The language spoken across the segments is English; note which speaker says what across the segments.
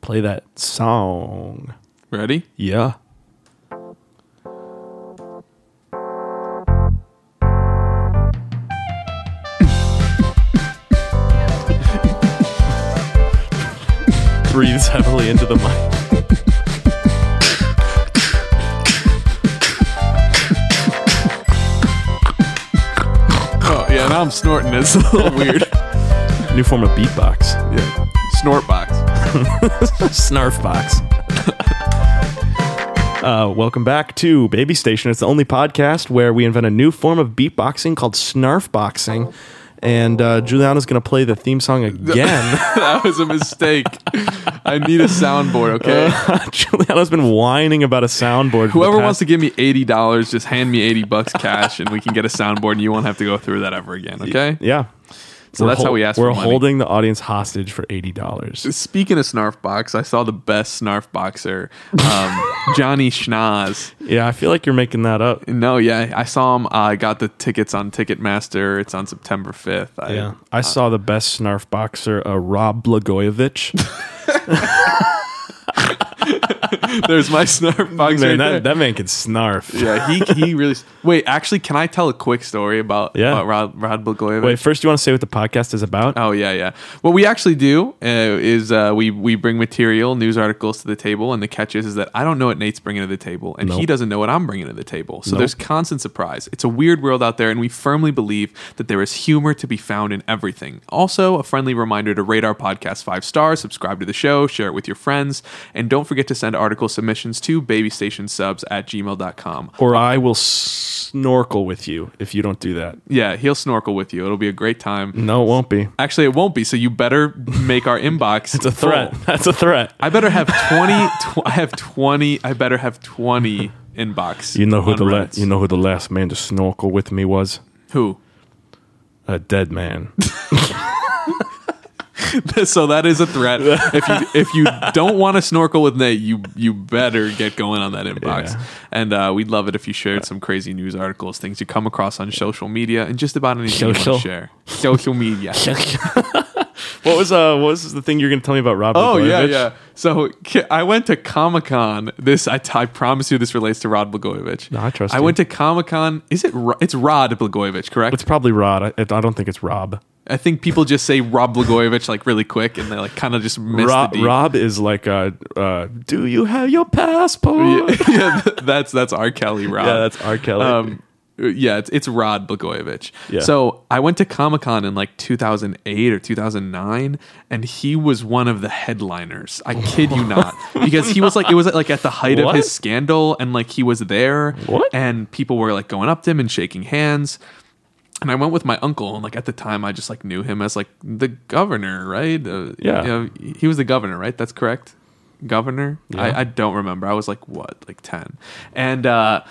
Speaker 1: play that song.
Speaker 2: Ready?
Speaker 1: Yeah. Breathes heavily into the mic.
Speaker 2: Oh yeah, now I'm snorting. It's a little weird.
Speaker 1: New form of beatbox.
Speaker 2: yeah, snort box.
Speaker 1: Snarf box. Uh, welcome back to Baby Station. It's the only podcast where we invent a new form of beatboxing called snarf boxing. And uh, Juliana's going to play the theme song again.
Speaker 2: that was a mistake. I need a soundboard. Okay.
Speaker 1: Juliana's been whining about a soundboard. for Uh, the
Speaker 2: Whoever
Speaker 1: past-
Speaker 2: wants to give me eighty dollars, just hand me eighty bucks cash, and we can get a soundboard, and you won't have to go through that ever again. Okay.
Speaker 1: Yeah.
Speaker 2: So that's how we ask for
Speaker 1: We're
Speaker 2: money.
Speaker 1: holding the audience hostage for eighty dollars.
Speaker 2: Speaking of snarf box, I saw the best snarf boxer, um, Johnny Schnoz.
Speaker 1: Yeah, I feel like you're making that up.
Speaker 2: No, yeah, I saw him. uh, I got the tickets on Ticketmaster. It's on September fifth. I,
Speaker 1: Yeah, I saw the best snarf boxer, uh, Rob Blagojevich.
Speaker 2: There's my snarf box.
Speaker 1: Man,
Speaker 2: right there.
Speaker 1: that, that man can snarf.
Speaker 2: yeah, he he really. Wait, actually, can I tell a quick story about
Speaker 1: Yeah.
Speaker 2: about Rod Rod Blagojevich?
Speaker 1: Wait, first you want to say what the podcast is about?
Speaker 2: Oh yeah, yeah. What we actually do uh, is uh, we we bring material, news articles to the table, and the catch is, is that I don't know what Nate's bringing to the table, and he
Speaker 1: Nope.
Speaker 2: doesn't know what I'm bringing to the table. So
Speaker 1: Nope.
Speaker 2: there's constant surprise. It's a weird world out there, and we firmly believe that there is humor to be found in everything. Also, a friendly reminder to rate our podcast five stars, subscribe to the show, share it with your friends, and don't forget to send article submissions to babystationsubs at gmail.com.
Speaker 1: Or I will snorkel with you if you don't do that.
Speaker 2: Yeah, he'll snorkel with you. It'll be a great time.
Speaker 1: No, it won't be.
Speaker 2: Actually, it won't be. So you better make our inbox.
Speaker 1: It's a threat. That's a threat.
Speaker 2: I better have 20 tw- I have 20 I better have 20 inbox.
Speaker 1: You know who the la-
Speaker 2: unreads.
Speaker 1: you know who the last man to snorkel with me was?
Speaker 2: who?
Speaker 1: A dead man.
Speaker 2: so that is a threat. If you if you don't want to snorkel with Nate, you you better get going on that inbox.
Speaker 1: Yeah.
Speaker 2: And uh, we'd love it if you shared some crazy news articles, things you come across on social media and just about anything you
Speaker 1: Social.
Speaker 2: want to share. Social media.
Speaker 1: what was uh what was the thing you're gonna tell me about Rob?
Speaker 2: Oh yeah,
Speaker 1: Blagojevich?
Speaker 2: yeah. So ki- I went to Comic Con. This I I promise you, this relates to Rod Blagojevich.
Speaker 1: No, I trust
Speaker 2: I
Speaker 1: you.
Speaker 2: went to Comic Con. Is it? Ro- It's Rod Blagojevich, correct?
Speaker 1: It's probably Rod. I, I don't think it's Rob.
Speaker 2: I think people just say Rob Blagojevich like really quick, and they like kind of just miss
Speaker 1: Rob,
Speaker 2: the D.
Speaker 1: Rob is like, uh, uh, do you have your
Speaker 2: yeah,
Speaker 1: passport?
Speaker 2: yeah, th- that's that's R. Kelly Rob.
Speaker 1: Yeah, that's R. Kelly.
Speaker 2: Um, yeah, it's, it's Rod Blagojevich.
Speaker 1: Yeah.
Speaker 2: So I went to Comic Con in like 2008 or 2009, and he was one of the headliners. I kid you not, because he was like it was like at the height of
Speaker 1: What?
Speaker 2: his scandal, and like he was there,
Speaker 1: What?
Speaker 2: and people were like going up to him and shaking hands. And I went with my uncle, and like at the time, I just like knew him as like the governor, right? Uh,
Speaker 1: Yeah.
Speaker 2: you know, he was the governor, right? That's correct. Governor. I, I don't remember. I was like what, like ten, and uh,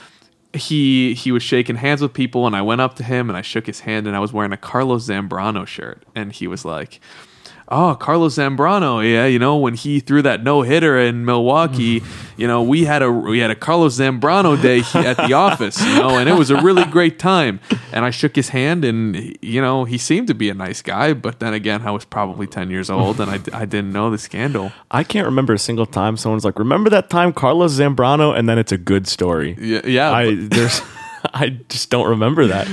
Speaker 2: he he was shaking hands with people, and I went up to him and I shook his hand, and I was wearing a Carlos Zambrano shirt, and he was like. Oh, Carlos Zambrano, yeah, you know when he threw that no hitter in Milwaukee,
Speaker 1: Mm-hmm.
Speaker 2: you know we had a we had a Carlos Zambrano day he- at the office, you know, and it was a really great time. And I shook his hand, and you know he seemed to be a nice guy, but then again, I was probably ten years old, and I, I didn't know the scandal.
Speaker 1: I can't remember a single time someone's like, remember that time Carlos Zambrano, and then it's a good story.
Speaker 2: Yeah, yeah.
Speaker 1: I there's, I just don't remember that.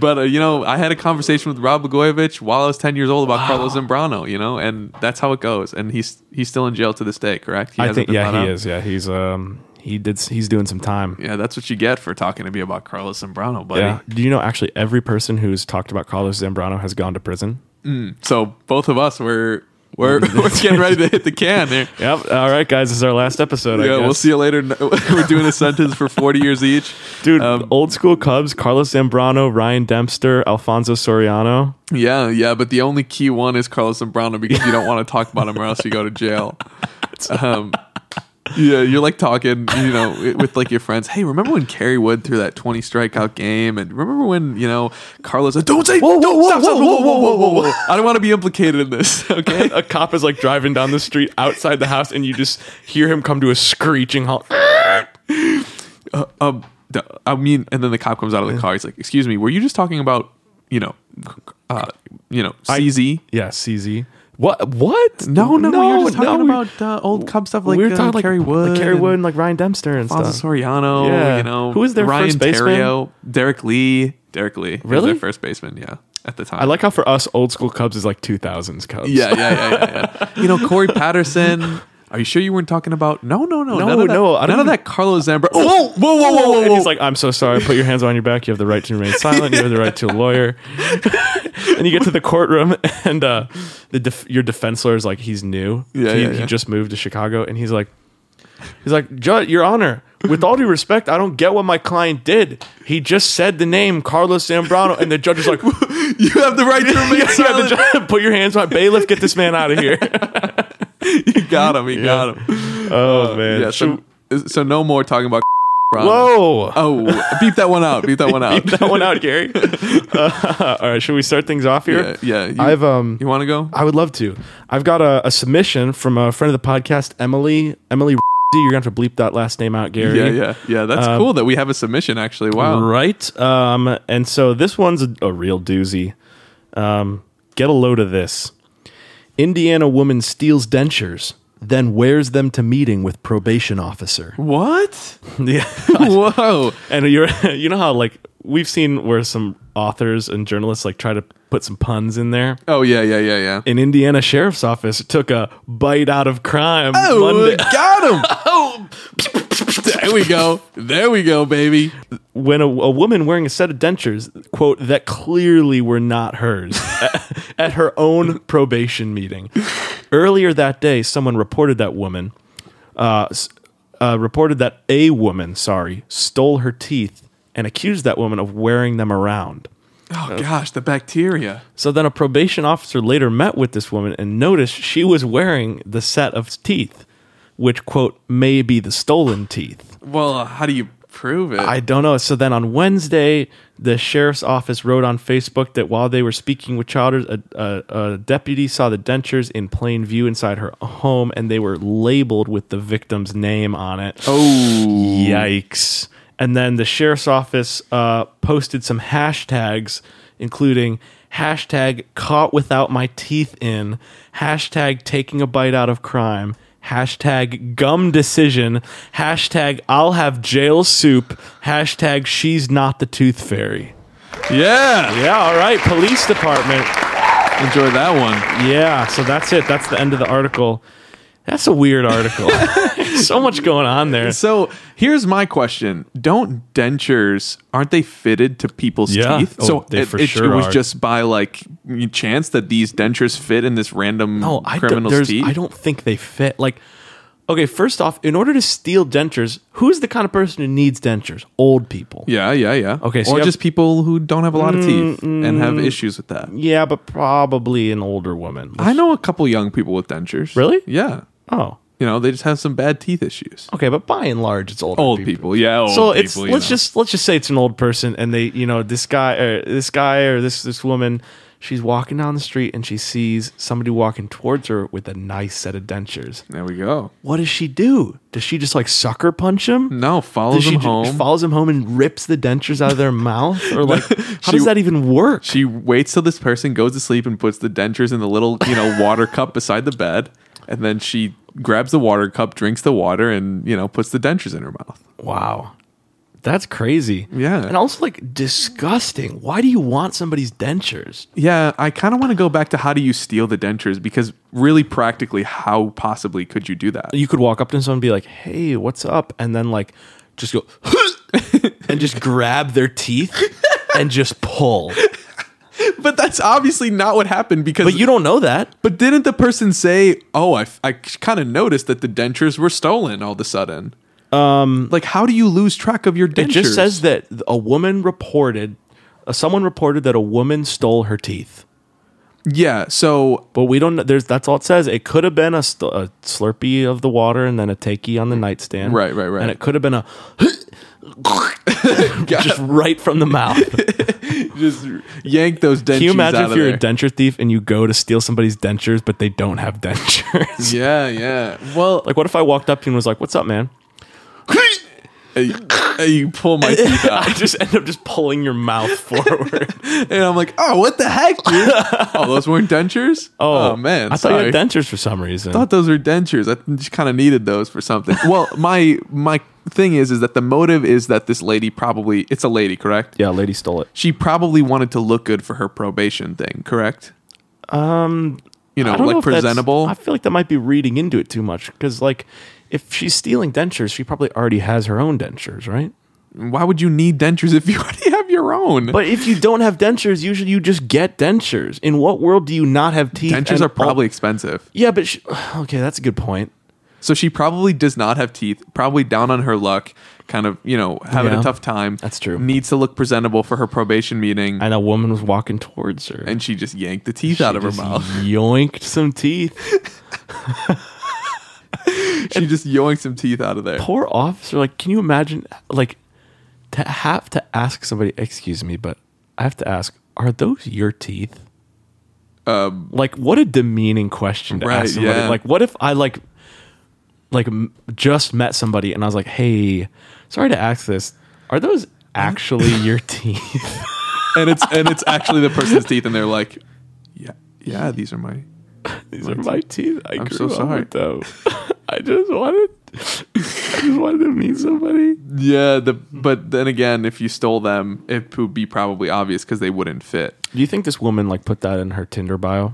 Speaker 2: But uh, you know, I had a conversation with Rob Blagojevich while I was ten years old about Carlos Zambrano. You know, and that's how it goes. And he's he's still in jail to this day, correct? He
Speaker 1: I think
Speaker 2: hasn't been
Speaker 1: yeah,
Speaker 2: let
Speaker 1: he
Speaker 2: out?
Speaker 1: is. Yeah, he's um he did s- he's doing some time.
Speaker 2: Yeah, that's what you get for talking to me about Carlos Zambrano, buddy.
Speaker 1: Yeah. Do you know actually every person who's talked about Carlos Zambrano has gone to prison?
Speaker 2: So both of us were we're, we're getting ready to hit the can there.
Speaker 1: Yep. All right, guys, this is our last episode. I
Speaker 2: Yeah, we'll
Speaker 1: guess.
Speaker 2: see you later. We're doing a sentence for forty years each,
Speaker 1: Dude,
Speaker 2: Um,
Speaker 1: old school Cubs: Carlos Zambrano, Ryan Dempster, Alfonso Soriano.
Speaker 2: yeah, yeah. But the only key one is Carlos Zambrano because you don't want to talk about him or else you go to jail. Um, yeah, you're like talking, you know, with like your friends. Hey, remember when Kerry Wood threw that twenty strikeout game? And remember when you know Carlos? Don't say.
Speaker 1: Whoa, whoa,
Speaker 2: don't,
Speaker 1: whoa,
Speaker 2: stop, stop,
Speaker 1: whoa, whoa, whoa, whoa, whoa.
Speaker 2: I don't want to be implicated in this. Okay.
Speaker 1: a cop is like driving down the street outside the house and you just hear him come to a screeching halt.
Speaker 2: um, d- I mean, and then the cop comes out of the car. He's like, "Excuse me, were you just talking about, you know, uh, you know, CZ?"
Speaker 1: Yeah, CZ. What? What?
Speaker 2: No, no, we were just talking
Speaker 1: we-
Speaker 2: about uh, old Cub stuff like
Speaker 1: we were
Speaker 2: uh,
Speaker 1: talking like
Speaker 2: Kerry Wood,
Speaker 1: like Kerry
Speaker 2: and
Speaker 1: Wood, and like Ryan Dempster and
Speaker 2: Alfonso
Speaker 1: stuff.
Speaker 2: Soriano.
Speaker 1: Yeah.
Speaker 2: You know,
Speaker 1: Who was their
Speaker 2: Ryan
Speaker 1: first baseman?
Speaker 2: Terrio, Derek Lee. Derek Lee. He was
Speaker 1: Really?
Speaker 2: their first baseman. Yeah, at the time.
Speaker 1: I like how for us, old school Cubs is like 2000s Cubs.
Speaker 2: Yeah, yeah, yeah, yeah. yeah. you know, Corey Patterson. Are you sure you weren't talking about? No, no, no,
Speaker 1: No,
Speaker 2: none of that,
Speaker 1: no, I
Speaker 2: none
Speaker 1: don't Oh,
Speaker 2: of that Carlos Zambrano. Whoa, whoa, whoa, whoa, whoa, whoa!
Speaker 1: And he's like, I'm so sorry. Put your hands on your back. You have the right to remain silent. You have the right to a lawyer. and you get to the courtroom, and uh, the def- your defense lawyer is like, he's new.
Speaker 2: Yeah,
Speaker 1: he,
Speaker 2: yeah,
Speaker 1: he
Speaker 2: yeah.
Speaker 1: just moved to Chicago, and he's like, he's like, Judge, Your Honor, with all due respect, I don't get what my client did. He just said the name Carlos Zambrano, and the judge is like,
Speaker 2: you have the right to remain
Speaker 1: yeah, the
Speaker 2: silent.
Speaker 1: judge, put your hands on bailiff. Get this man out of here.
Speaker 2: You got him. You got him.
Speaker 1: Oh man.
Speaker 2: Uh, Yeah. um,
Speaker 1: Shoot.
Speaker 2: So, so no more talking about.
Speaker 1: Whoa.
Speaker 2: Oh, beep that one out. Beep that one out.
Speaker 1: Beep that one out, Gary. Uh, all right, should we start things off here?
Speaker 2: Yeah, yeah. You,
Speaker 1: I've um
Speaker 2: you want to go?
Speaker 1: I would love to. I've got a, a submission from a friend of the podcast, Emily. Emily, you're going to have to bleep that last name out, Gary.
Speaker 2: Yeah, yeah, yeah. That's
Speaker 1: Um,
Speaker 2: cool that we have a submission. Actually, wow.
Speaker 1: Right. Um, and so this one's a, a real doozy. Um, get a load of this. Indiana woman steals dentures, then wears them to meeting with probation officer.
Speaker 2: What?
Speaker 1: yeah.
Speaker 2: Whoa.
Speaker 1: And you're, you know how like we've seen where some authors and journalists like try to put some puns in there.
Speaker 2: Oh yeah, yeah, yeah, yeah.
Speaker 1: An Indiana sheriff's office took a bite out of crime
Speaker 2: Oh,
Speaker 1: Monday.
Speaker 2: got him. oh. There we go. There we go, baby.
Speaker 1: when a, a woman wearing a set of dentures, quote, that clearly were not hers, at, at her own probation meeting. Earlier that day, someone reported that woman, uh, s- uh, reported that a woman, sorry, stole her teeth and accused that woman of wearing them around.
Speaker 2: Oh gosh, the bacteria.
Speaker 1: So then a probation officer later met with this woman and noticed she was wearing the set of teeth, which, quote, may be the stolen teeth.
Speaker 2: Well, uh, how do you prove it?
Speaker 1: I don't know. So then on Wednesday, the sheriff's office wrote on Facebook that while they were speaking with Childers, a, a, a deputy saw the dentures in plain view inside her home, and they were labeled with the victim's name on it.
Speaker 2: oh.
Speaker 1: Yikes. And then the sheriff's office uh, posted some hashtags, including hashtag caught without my teeth in, hashtag taking a bite out of crime, hashtag gum decision, hashtag I'll have jail soup, hashtag she's not the tooth fairy.
Speaker 2: Yeah.
Speaker 1: Yeah, all right, police department.
Speaker 2: Enjoy that one.
Speaker 1: Yeah, so that's it. That's the end of the article. That's a weird article. so much going on there.
Speaker 2: So here's my question: Don't dentures aren't they fitted to people's
Speaker 1: Yeah.
Speaker 2: teeth?
Speaker 1: Oh,
Speaker 2: so
Speaker 1: they
Speaker 2: it,
Speaker 1: for
Speaker 2: it- it
Speaker 1: sure
Speaker 2: was
Speaker 1: are.
Speaker 2: just by like chance that these dentures fit in this random
Speaker 1: No, Oh, I don't,
Speaker 2: criminal's
Speaker 1: there's-
Speaker 2: teeth.
Speaker 1: I don't think they fit. Like, okay, first off, in order to steal dentures, who's the kind of person who needs dentures? Old people.
Speaker 2: yeah, yeah, yeah.
Speaker 1: Okay, so
Speaker 2: or
Speaker 1: you have- Mm-hmm.
Speaker 2: just people who don't have a lot of teeth and have issues with that.
Speaker 1: Yeah, but probably an older woman.
Speaker 2: I know a couple young people with dentures.
Speaker 1: Really?
Speaker 2: Yeah.
Speaker 1: Oh,
Speaker 2: You know, they just have some bad teeth issues.
Speaker 1: okay, but by and large, it's older
Speaker 2: Old
Speaker 1: people.
Speaker 2: people, yeah. Old
Speaker 1: so
Speaker 2: people,
Speaker 1: it's
Speaker 2: you
Speaker 1: let's
Speaker 2: know.
Speaker 1: just let's just say it's an old person, and they you know this guy or this guy or this this woman, she's walking down the street and she sees somebody walking towards her with a nice set of dentures.
Speaker 2: there we go.
Speaker 1: What does she do? Does she just like sucker punch him?
Speaker 2: No, follows
Speaker 1: Does she
Speaker 2: them
Speaker 1: ju-
Speaker 2: home.
Speaker 1: follows him home and rips the dentures out of their mouth, or like how does that even work?
Speaker 2: she waits till this person goes to sleep and puts the dentures in the little, you know, water cup beside the bed, and then she grabs the water cup, drinks the water, and you know, puts the dentures in her mouth.
Speaker 1: Wow, that's crazy.
Speaker 2: Yeah.
Speaker 1: and also like disgusting. Why do you want somebody's dentures?
Speaker 2: Yeah, I kind of want to go back to how do you steal the dentures because really practically, how possibly could you do that?
Speaker 1: You could walk up to someone and be like, "Hey, what's up?" and then like just go and just grab their teeth and just pull.
Speaker 2: But that's obviously not what happened because.
Speaker 1: But you don't know that.
Speaker 2: But didn't the person say, "Oh, I, kind of noticed that the dentures were stolen all of a sudden"? Um, like, how do you lose track of your dentures?
Speaker 1: It just says that a woman reported, uh, someone reported that a woman stole her teeth.
Speaker 2: yeah. So
Speaker 1: But we don't. know- There's that's all it says. It could have been a, st- a slurpee of the water and then a takey on the nightstand.
Speaker 2: Right, right, right.
Speaker 1: And it could have been a
Speaker 2: God,
Speaker 1: just right from the mouth.
Speaker 2: just yank those dentures
Speaker 1: Can you
Speaker 2: out
Speaker 1: imagine
Speaker 2: of
Speaker 1: if you're
Speaker 2: there.
Speaker 1: a denture thief and you go to steal somebody's dentures, but they don't have dentures?
Speaker 2: yeah, yeah. Well,
Speaker 1: like, what if I walked up to you and was like, "What's up, man?"
Speaker 2: and you pull my teeth out.
Speaker 1: I just end up just pulling your mouth forward.
Speaker 2: And I'm like, oh, what the heck, dude? oh, those weren't dentures? Oh, man.
Speaker 1: I thought you
Speaker 2: sorry.
Speaker 1: had dentures for some reason.
Speaker 2: I thought those were dentures. I just kind of needed those for something. Well, my my thing is is that the motive is that this lady probably it's a lady, correct?
Speaker 1: yeah, lady stole it.
Speaker 2: She probably wanted to look good for her probation thing, correct? Um, you know,
Speaker 1: I don't know
Speaker 2: like
Speaker 1: if that's-
Speaker 2: presentable.
Speaker 1: I feel like that might be reading into it too much because, like, if she's stealing dentures, she probably already has her own dentures, right?
Speaker 2: Why would you need dentures if you already have your own?
Speaker 1: But if you don't have dentures, usually you just get dentures. In what world do you not have teeth?
Speaker 2: dentures
Speaker 1: and
Speaker 2: are
Speaker 1: all-
Speaker 2: probably expensive.
Speaker 1: yeah, but she, okay, that's a good point.
Speaker 2: So she probably does not have teeth, probably down on her luck, kind of, you know, having
Speaker 1: Yeah,
Speaker 2: a tough time.
Speaker 1: that's true.
Speaker 2: Needs to look presentable for her probation meeting.
Speaker 1: And a woman was walking towards her.
Speaker 2: and she just yanked the teeth out of her
Speaker 1: Just
Speaker 2: mouth.
Speaker 1: yoinked some teeth.
Speaker 2: she just yoinked some teeth out of there.
Speaker 1: Poor officer. Like, can you imagine? Like, to have to ask somebody. Excuse me, but I have to ask: Are those your teeth?
Speaker 2: Um,
Speaker 1: like what a demeaning question to
Speaker 2: Right,
Speaker 1: ask somebody.
Speaker 2: yeah.
Speaker 1: Like what if I like like m- just met somebody and I was like, "Hey, sorry to ask this. Are those actually your teeth?"
Speaker 2: and it's and it's actually the person's teeth, and they're like, yeah, yeah, these are my.
Speaker 1: These are my teeth. I grew
Speaker 2: so
Speaker 1: up
Speaker 2: sorry.
Speaker 1: with them. I just wanted I just wanted to meet somebody.
Speaker 2: Yeah, the but then again, if you stole them, it would be probably obvious because they wouldn't fit.
Speaker 1: Do you think this woman like put that in her Tinder bio?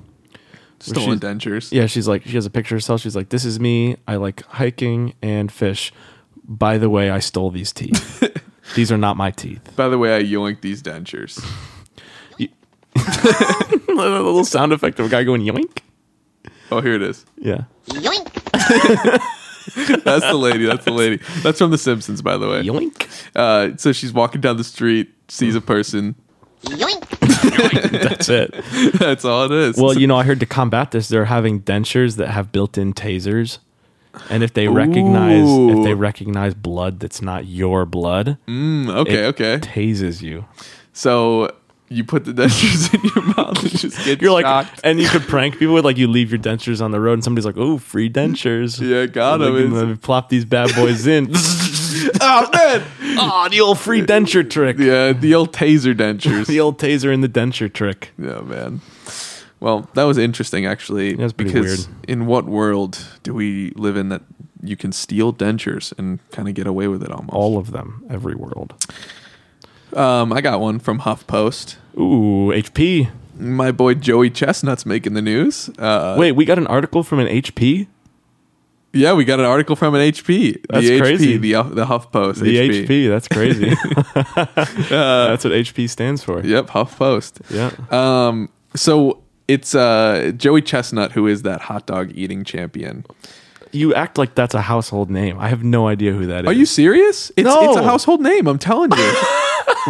Speaker 1: she's-
Speaker 2: Stolen dentures.
Speaker 1: Yeah, she's like she has a picture of herself. She's like, "This is me. I like hiking and fish. By the way, I stole these teeth. these are not my teeth."
Speaker 2: By the way, I yoinked these dentures.
Speaker 1: a little sound effect of a guy going yoink.
Speaker 2: Oh, here it is.
Speaker 1: Yeah.
Speaker 3: Yoink!
Speaker 2: That's the lady. That's the lady. That's from The Simpsons, by the way.
Speaker 1: Yoink.
Speaker 2: Uh, so she's walking down the street, sees a person.
Speaker 3: Yoink!
Speaker 1: That's it.
Speaker 2: That's all it is.
Speaker 1: Well, you know, I heard to combat this, they're having dentures that have built-in tasers. And if they recognize if they
Speaker 2: Ooh.
Speaker 1: recognize blood that's not your blood,
Speaker 2: Mm, okay,
Speaker 1: it
Speaker 2: okay.
Speaker 1: tases you.
Speaker 2: So you put the dentures in your mouth and just get
Speaker 1: You're like
Speaker 2: shocked.
Speaker 1: and you could prank people with like you leave your dentures on the road and somebody's like, "Oh, free dentures."
Speaker 2: Yeah, got
Speaker 1: Like,
Speaker 2: him.
Speaker 1: let me plop these bad boys in.
Speaker 2: oh man.
Speaker 1: oh, the old free denture trick.
Speaker 2: Yeah, the old taser dentures.
Speaker 1: The old taser and the denture trick.
Speaker 2: yeah, man. Well, that was interesting actually.
Speaker 1: was pretty
Speaker 2: because
Speaker 1: weird.
Speaker 2: in what world do we live in that you can steal dentures and kind of get away with it almost?
Speaker 1: All of them, every world.
Speaker 2: Um, I got one from HuffPost.
Speaker 1: Ooh, HP.
Speaker 2: My boy Joey Chestnut's making the news. Uh,
Speaker 1: Wait, we got an article from an HP?
Speaker 2: yeah, we got an article from an HP.
Speaker 1: That's
Speaker 2: the
Speaker 1: crazy.
Speaker 2: HP, the Huff- the HuffPost.
Speaker 1: The HP. that's crazy. Uh, that's what HP stands for.
Speaker 2: Yep, HuffPost.
Speaker 1: Yeah.
Speaker 2: Um, so it's uh, Joey Chestnut who is that hot dog eating champion.
Speaker 1: You act like that's a household name. I have no idea who that is.
Speaker 2: Are you serious? It's
Speaker 1: No.
Speaker 2: it's a household name. I'm telling you.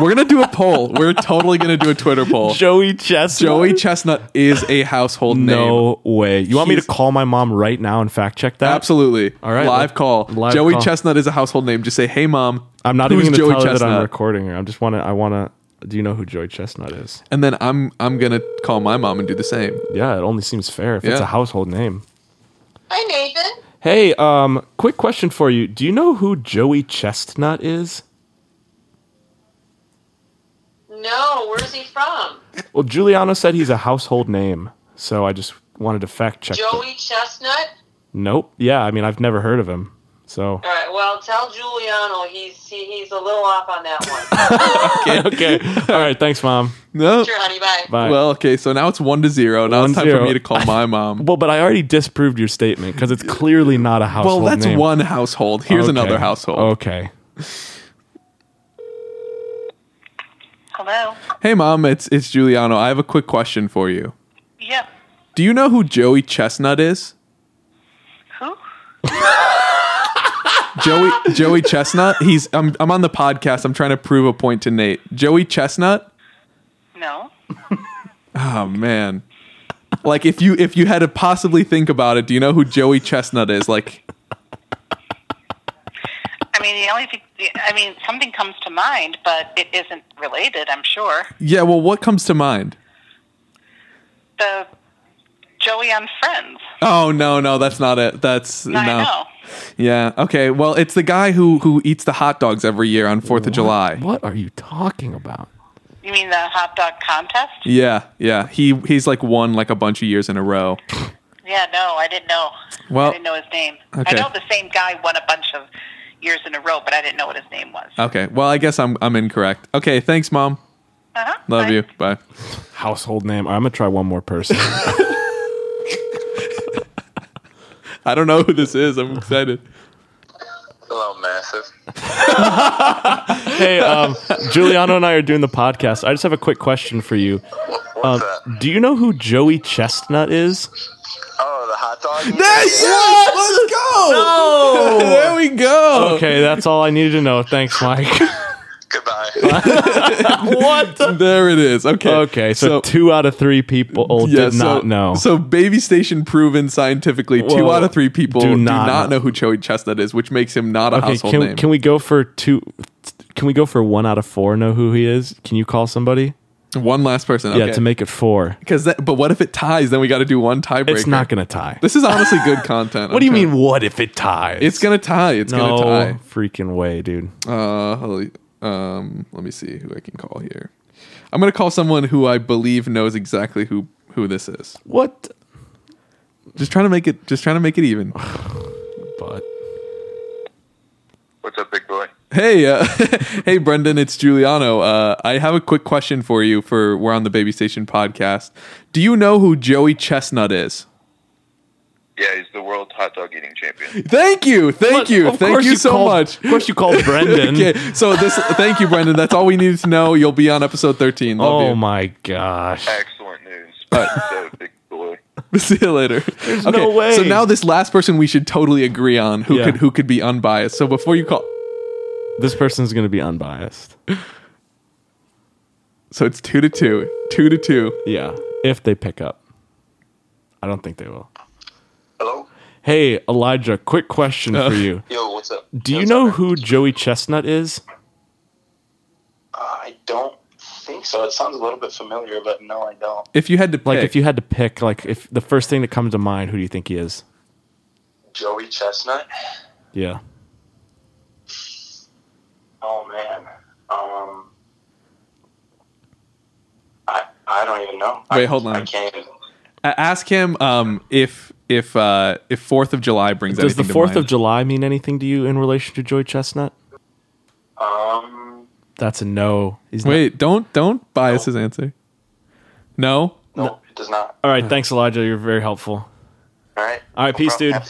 Speaker 2: We're gonna do a poll. We're totally gonna do a Twitter poll.
Speaker 1: Joey Chestnut?
Speaker 2: Joey Chestnut is a household name.
Speaker 1: No way. You want me to
Speaker 2: He's-
Speaker 1: call my mom right now and fact check that?
Speaker 2: Absolutely.
Speaker 1: All right,
Speaker 2: Live
Speaker 1: let-
Speaker 2: call.
Speaker 1: live
Speaker 2: Joey
Speaker 1: call.
Speaker 2: Chestnut is a household name. Just say, "Hey, mom."
Speaker 1: I'm not
Speaker 2: who's
Speaker 1: even going to tell her that I'm recording her. I'm just want to. I want to. Do you know who Joey Chestnut is?
Speaker 2: and then I'm I'm gonna call my mom and do the same.
Speaker 1: Yeah, it only seems fair if it's
Speaker 2: Yeah.
Speaker 1: a household name.
Speaker 3: Hi, Nathan.
Speaker 1: Hey, um, quick question for you. Do you know who Joey Chestnut is?
Speaker 3: No, where's he from?
Speaker 1: Well, Giuliano said he's a household name, so I just wanted to fact check. that.
Speaker 3: Joey Chestnut?
Speaker 1: Nope. Yeah, I mean, I've never heard of him. So
Speaker 3: All right, well, tell Giuliano he's he, he's a little off on that one.
Speaker 1: okay. All right. Thanks, mom.
Speaker 2: No.
Speaker 3: sure, honey, bye.
Speaker 1: Bye.
Speaker 2: Well, okay. So now it's one to zero. Now
Speaker 1: One
Speaker 2: it's time
Speaker 1: zero.
Speaker 2: for me to call my mom.
Speaker 1: Well, but I already disproved your statement because it's clearly not a household.
Speaker 2: Well, that's
Speaker 1: name.
Speaker 2: one household. Here's
Speaker 1: Okay. Oh.
Speaker 2: another household.
Speaker 1: Okay.
Speaker 4: Hello.
Speaker 2: Hey, mom, it's it's Giuliano. I have a quick question for you.
Speaker 4: Yeah.
Speaker 2: Do you know who Joey Chestnut is?
Speaker 4: Who?
Speaker 2: Joey Joey Chestnut. He's I'm I'm on the podcast. I'm trying to prove a point to Nate. Joey Chestnut.
Speaker 4: No.
Speaker 2: Oh man. Like if you if you had to possibly think about it, do you know who Joey Chestnut is? Like
Speaker 4: I mean, the only thing, I mean, something comes to mind, but it isn't related, I'm sure.
Speaker 2: yeah, well what comes to mind?
Speaker 4: The Joey on Friends.
Speaker 2: Oh no, no, that's not it. That's
Speaker 4: I
Speaker 2: no.
Speaker 4: know.
Speaker 2: Yeah. Okay. Well, it's the guy who who eats the hot dogs every year on Fourth of July.
Speaker 1: What are you talking about?
Speaker 4: You mean the hot dog contest?
Speaker 2: Yeah. Yeah. He he's like won like a bunch of years in a row.
Speaker 4: Yeah, no, I didn't know.
Speaker 2: Well-
Speaker 4: I didn't know his name.
Speaker 2: Oh. Okay.
Speaker 4: I know the same guy won a bunch of years in a row, but I didn't know what his name was.
Speaker 2: Okay. Well, I guess I'm I'm incorrect. Okay. Thanks, mom.
Speaker 4: Uh-huh.
Speaker 2: Love
Speaker 4: Bye.
Speaker 2: you. Bye.
Speaker 1: Household name. I'm gonna try one more person.
Speaker 2: I don't know who this is. I'm excited.
Speaker 5: Hello, massive.
Speaker 1: hey, um, Giuliano and I are doing the podcast. I just have a quick question for you.
Speaker 5: What's that?
Speaker 1: Do you know who Joey Chestnut is?
Speaker 5: Oh, the hot dog.
Speaker 2: Let's go. there we go.
Speaker 1: Okay, that's all I needed to know. Thanks, Mike.
Speaker 5: Goodbye.
Speaker 1: what? The-
Speaker 2: There it is. Okay.
Speaker 1: okay, so, two out of three people did
Speaker 2: so,
Speaker 1: not know.
Speaker 2: So, baby station proven scientifically, two
Speaker 1: Whoa.
Speaker 2: out of three people
Speaker 1: Do
Speaker 2: do
Speaker 1: not
Speaker 2: not,
Speaker 1: know.
Speaker 2: know who Joey Chestnut is, which makes him not a
Speaker 1: okay,
Speaker 2: household
Speaker 1: can
Speaker 2: name.
Speaker 1: can we go for two? Can we go for one out of four? Know who he is? Can you call somebody?
Speaker 2: One last person.
Speaker 1: Yeah, to make it four.
Speaker 2: Because that, but what if it ties? Then we got to do one tiebreaker.
Speaker 1: It's not gonna tie.
Speaker 2: This is honestly good content.
Speaker 1: What do you mean? What if it ties?
Speaker 2: It's gonna tie. It's
Speaker 1: no
Speaker 2: gonna
Speaker 1: freaking way, dude.
Speaker 2: tie. Uh, holy- um, let me see who I can call here. I'm gonna call someone who I believe knows exactly who who this is.
Speaker 1: What?
Speaker 2: Just trying to make it. Just trying to make it even.
Speaker 1: But
Speaker 5: What's up, big boy?
Speaker 2: Hey, uh, hey, Brendan, it's Giuliano. Uh, I have a quick question for you. For we're on the Baby Station podcast. Do you know who Joey Chestnut is?
Speaker 5: Yeah, he's the world hot dog eating champion.
Speaker 2: Thank you, thank you,
Speaker 1: Of
Speaker 2: thank
Speaker 1: course
Speaker 2: you so
Speaker 1: called-
Speaker 2: much.
Speaker 1: Of course, you called Brendan.
Speaker 2: Okay, so this. Thank you, Brendan. That's all we needed to know. You'll be on episode 13. Love
Speaker 1: Oh
Speaker 2: you.
Speaker 1: my gosh!
Speaker 5: Excellent news. So, big boy.
Speaker 2: See you later. There's
Speaker 1: no way.
Speaker 2: So now this last person we should totally agree on who
Speaker 1: Yeah.
Speaker 2: could who could be unbiased. So before you call,
Speaker 1: This person's gonna be unbiased.
Speaker 2: so it's two to two, two to two.
Speaker 1: Yeah, if they pick up, I don't think they will.
Speaker 5: Hello.
Speaker 1: Hey, Elijah, quick question for you.
Speaker 5: Yo, what's up?
Speaker 1: Do you know who Joey Chestnut is?
Speaker 5: I don't think so. It sounds a little bit familiar, but no, I don't.
Speaker 2: If you had to pick,
Speaker 1: Like, if you had to pick, like, if the first thing that comes to mind, who do you think he is?
Speaker 5: Joey Chestnut.
Speaker 1: Yeah.
Speaker 5: Oh man. Um. I I don't even know.
Speaker 2: Wait,
Speaker 5: I,
Speaker 2: hold on.
Speaker 5: I can't. Even,
Speaker 2: A- ask him um, if if uh, if Fourth of July brings
Speaker 1: Does the
Speaker 2: anything to
Speaker 1: Fourth of
Speaker 2: mind.
Speaker 1: July mean anything to you in relation to Joey Chestnut?
Speaker 5: um.
Speaker 1: That's a no. He's not-
Speaker 2: Wait, don't don't bias his answer. No.
Speaker 5: No, it does not.
Speaker 1: All right, thanks, Elijah. You're very helpful.
Speaker 5: All right.
Speaker 1: All right, peace, dude.
Speaker 2: All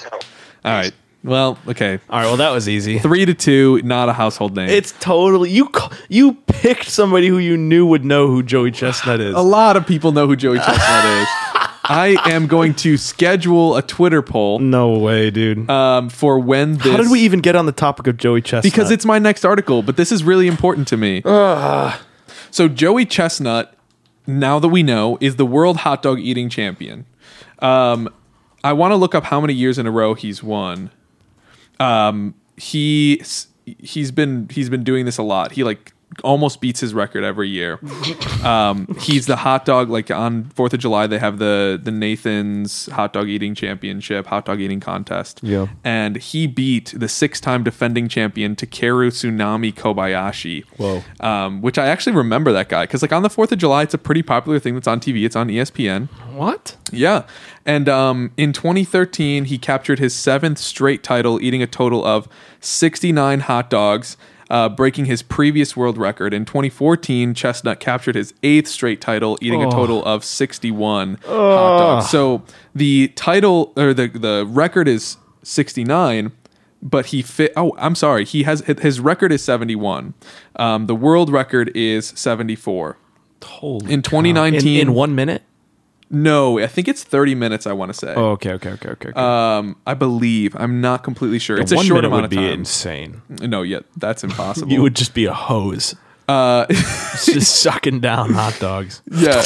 Speaker 2: right. Well, okay.
Speaker 1: All right, well, that was easy.
Speaker 2: Three to two, not a household name.
Speaker 1: It's totally you. ca- You picked somebody who you knew would know who Joey Chestnut is.
Speaker 2: a lot of people know who Joey Chestnut is. I am going to schedule a Twitter poll
Speaker 1: No way, dude.
Speaker 2: um, for when this.
Speaker 1: Mm. How did we even get on the topic of Joey Chestnut?
Speaker 2: because it's my next article, but this is really important to me. So Joey Chestnut, now that we know, is the world hot dog eating champion. Um, I want to look up how many years in a row he's won. Um, he s- he's been he's been doing this a lot. He like almost beats his record every year. Um, he's the hot dog like on Fourth of July they have the the Nathan's hot dog eating championship hot dog eating contest.
Speaker 1: Yeah.
Speaker 2: and he beat the six time defending champion Takeru Tsunami Kobayashi.
Speaker 1: Whoa.
Speaker 2: Um, which I actually remember that guy because like on the Fourth of July it's a pretty popular thing that's on TV. It's on E ESPN.
Speaker 1: what?
Speaker 2: Yeah. And um, in 2013, he captured his seventh straight title, eating a total of 69 hot dogs, uh, breaking his previous world record. In 2014, Chestnut captured his eighth straight title, eating a total of 61 hot dogs. So the title or the, the record is 69. But he fit. Oh, I'm sorry. He has his record is 71. Um, the world record is 74.
Speaker 1: Holy
Speaker 2: In
Speaker 1: cow.
Speaker 2: 2019
Speaker 1: in, in one minute.
Speaker 2: No, I think it's 30 minutes. I want to say.
Speaker 1: Oh, okay, okay, okay, okay. okay.
Speaker 2: Um, I believe. I'm not completely sure. It's a
Speaker 1: one
Speaker 2: short
Speaker 1: minute
Speaker 2: amount
Speaker 1: would
Speaker 2: of
Speaker 1: be
Speaker 2: time.
Speaker 1: insane.
Speaker 2: No, yet that's impossible.
Speaker 1: You would just be a hose,
Speaker 2: Uh,
Speaker 1: just sucking down hot dogs.
Speaker 2: yeah.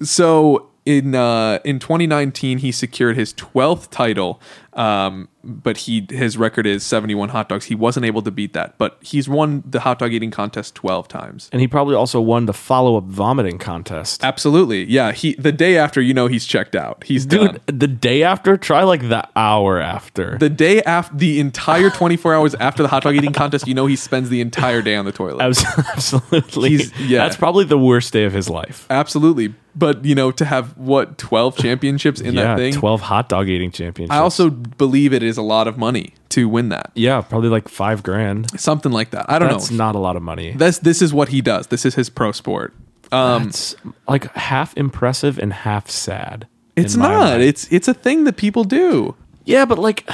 Speaker 2: So in uh, in 2019, he secured his 12th title, Um, but he his record is 71 hot dogs. He wasn't able to beat that, but he's won the hot dog eating contest 12 times.
Speaker 1: And he probably also won the follow up vomiting
Speaker 2: Uh,
Speaker 1: contest.
Speaker 2: Absolutely. Yeah, he the day after you know he's checked out. He's done.
Speaker 1: Dude, the day after, try like the hour after.
Speaker 2: uh, The day after the entire 24 hours after the hot dog eating contest, you know he spends the entire day on the toilet.
Speaker 1: Abs- Absolutely.
Speaker 2: He's- yeah. Uh,
Speaker 1: That's probably the worst day of his life.
Speaker 2: Absolutely. But, you know, to have what 12 championships in
Speaker 1: yeah,
Speaker 2: that thing.
Speaker 1: 12 hot dog eating championships.
Speaker 2: I also believe it is a lot of money to win that.
Speaker 1: yeah, probably like five grand.
Speaker 2: Something like that. I don't
Speaker 1: That's
Speaker 2: know.
Speaker 1: not a lot of money.
Speaker 2: this this is what he does. This is his pro sport. Um
Speaker 1: That's like half impressive and half sad. in
Speaker 2: it's
Speaker 1: my
Speaker 2: not.
Speaker 1: mind.
Speaker 2: It's it's a thing that people do.
Speaker 1: yeah, but like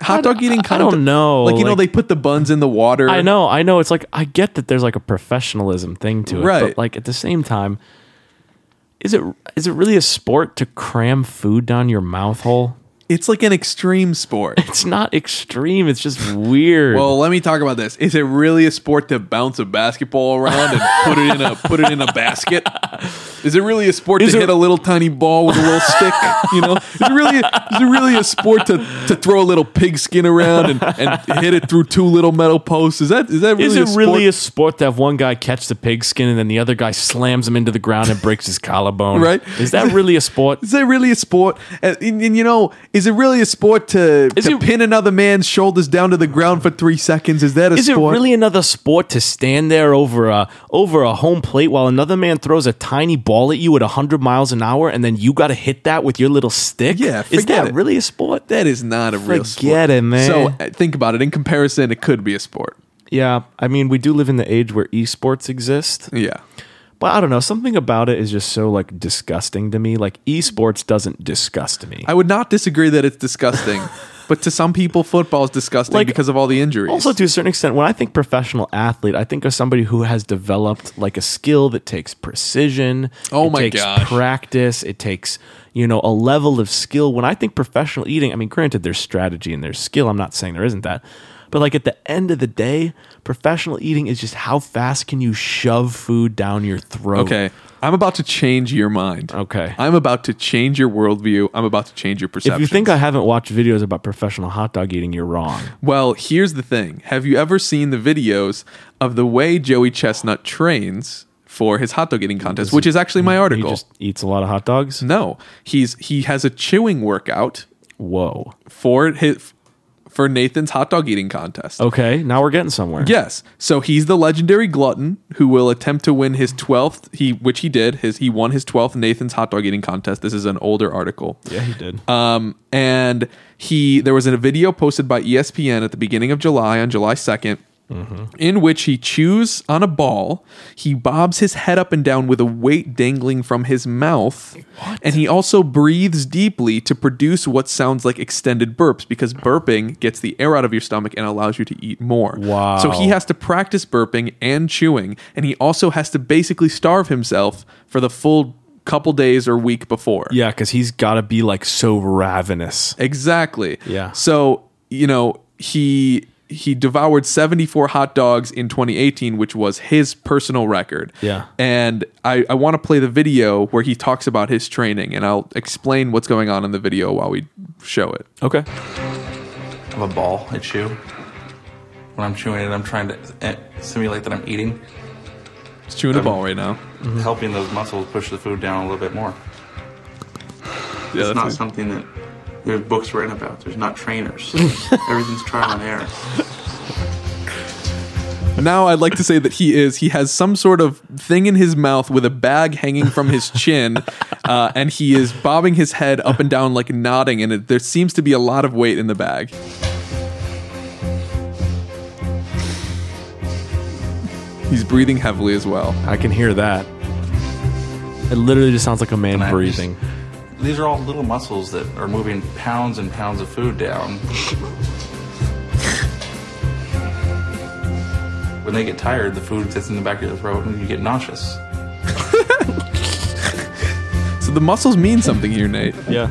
Speaker 2: Hot dog eating
Speaker 1: I don't
Speaker 2: contest-
Speaker 1: know,
Speaker 2: Like you know
Speaker 1: like-
Speaker 2: they put the buns in the water.
Speaker 1: I know, I know. It's like I get that there's like a professionalism thing to it,
Speaker 2: Right.
Speaker 1: but like at the same time, is it is it really a sport to cram food down your mouth hole?
Speaker 2: It's like an extreme sport.
Speaker 1: It's not extreme. It's just weird.
Speaker 2: Well, let me talk about this. Is it really a sport to bounce a basketball around and put it in a put it in a basket? Is it really a sport
Speaker 1: Is
Speaker 2: to
Speaker 1: it-
Speaker 2: hit a little tiny ball with a little stick? You know, is it really is it really a sport to, to throw a little pigskin around and, and hit it through two little metal posts? Is that is that really
Speaker 1: is
Speaker 2: a
Speaker 1: it
Speaker 2: sport?
Speaker 1: really a sport to have one guy catch the pigskin and then the other guy slams him into the ground and breaks his collarbone?
Speaker 2: Right.
Speaker 1: Is that really a sport?
Speaker 2: is that really a sport? And, and, and, you know, is it really a sport to,
Speaker 1: Is
Speaker 2: to
Speaker 1: it-
Speaker 2: pin another man's shoulders down to the ground for three seconds? Is that a
Speaker 1: Is it
Speaker 2: sport?
Speaker 1: really another sport to stand there over a over a home plate while another man throws a tiny ball at you at 100 miles an hour and then you got to hit that with your little stick?
Speaker 2: Yeah,
Speaker 1: is
Speaker 2: forget
Speaker 1: that
Speaker 2: it.
Speaker 1: really a sport?
Speaker 2: That is not a real sport.
Speaker 1: Forget it, man.
Speaker 2: So uh, think about it. In comparison, it could be a sport.
Speaker 1: Yeah, I mean, we do live in the age where esports exist,
Speaker 2: Yeah.
Speaker 1: but I don't know, something about it is just so like disgusting to me. Like esports doesn't disgust me.
Speaker 2: I would not disagree that it's disgusting, but to some people, football is disgusting
Speaker 1: Like,
Speaker 2: because of all the injuries.
Speaker 1: Also, to a certain extent, when I think professional athlete, I think of somebody who has developed like a skill that takes precision.
Speaker 2: Oh
Speaker 1: it
Speaker 2: my
Speaker 1: takes
Speaker 2: gosh.
Speaker 1: Practice. It takes you know a level of skill. When I think professional eating, I mean, granted, there's strategy and there's skill. I'm not saying there isn't that, but like at the end of the day, professional eating is just how fast can you shove food down your throat?
Speaker 2: okay. I'm about to change your mind.
Speaker 1: Okay.
Speaker 2: I'm about to change your worldview. I'm about to change your perception.
Speaker 1: If you think I haven't watched videos about professional hot dog eating, you're wrong.
Speaker 2: Well, here's the thing. Have you ever seen the videos of the way Joey Chestnut trains for his hot dog eating contest, which is actually my
Speaker 1: He
Speaker 2: article?
Speaker 1: just eats a lot of hot dogs.
Speaker 2: no. He's he has a chewing workout
Speaker 1: Whoa.
Speaker 2: for his for Nathan's hot dog eating contest.
Speaker 1: Okay, now we're getting somewhere.
Speaker 2: Yes. So he's the legendary glutton who will attempt to win his 12th he which he did. His he won his 12th Nathan's hot dog eating contest. This is an older article.
Speaker 1: Yeah, he did.
Speaker 2: Um and he there was a video posted by E ESPN at the beginning of July on July 2nd in which he chews on a ball, he bobs his head up and down with a weight dangling from his mouth, and he also breathes deeply to produce what sounds like extended burps because burping gets the air out of your stomach and allows you to eat more.
Speaker 1: Wow.
Speaker 2: So he has to practice burping and chewing, and he also has to basically starve himself for the full couple days or week before.
Speaker 1: Yeah, because he's got to be like so ravenous.
Speaker 2: Exactly.
Speaker 1: Yeah.
Speaker 2: So you know he he devoured 74 hot dogs in 2018, which was his personal record.
Speaker 1: Yeah.
Speaker 2: And I I want to play the video where he talks about his training, and I'll explain what's going on in the video while we show it.
Speaker 1: Okay.
Speaker 6: of a ball I chew. When I'm chewing it, I'm trying to eh, simulate that I'm eating,
Speaker 2: He's chewing
Speaker 1: Um,
Speaker 2: a ball right now.
Speaker 6: helping those muscles push the food down a little bit more.
Speaker 2: Yeah.
Speaker 6: it's not
Speaker 2: That's it.
Speaker 6: something that there's books written about. There's not trainers. Everything's trial and error.
Speaker 2: now I'd like to say that he is he has some sort of thing in his mouth with a bag hanging from his chin, uh, and he is bobbing his head up and down like nodding, and it, there seems to be a lot of weight in the bag. He's breathing heavily as well.
Speaker 1: I can hear that. It literally just sounds like a man
Speaker 6: I just-
Speaker 1: breathing.
Speaker 6: These are all little muscles that are moving pounds and pounds of food down. when they get tired, the food sits in the back of your throat and you get nauseous.
Speaker 2: So the muscles mean something here, Nate.
Speaker 1: Yeah.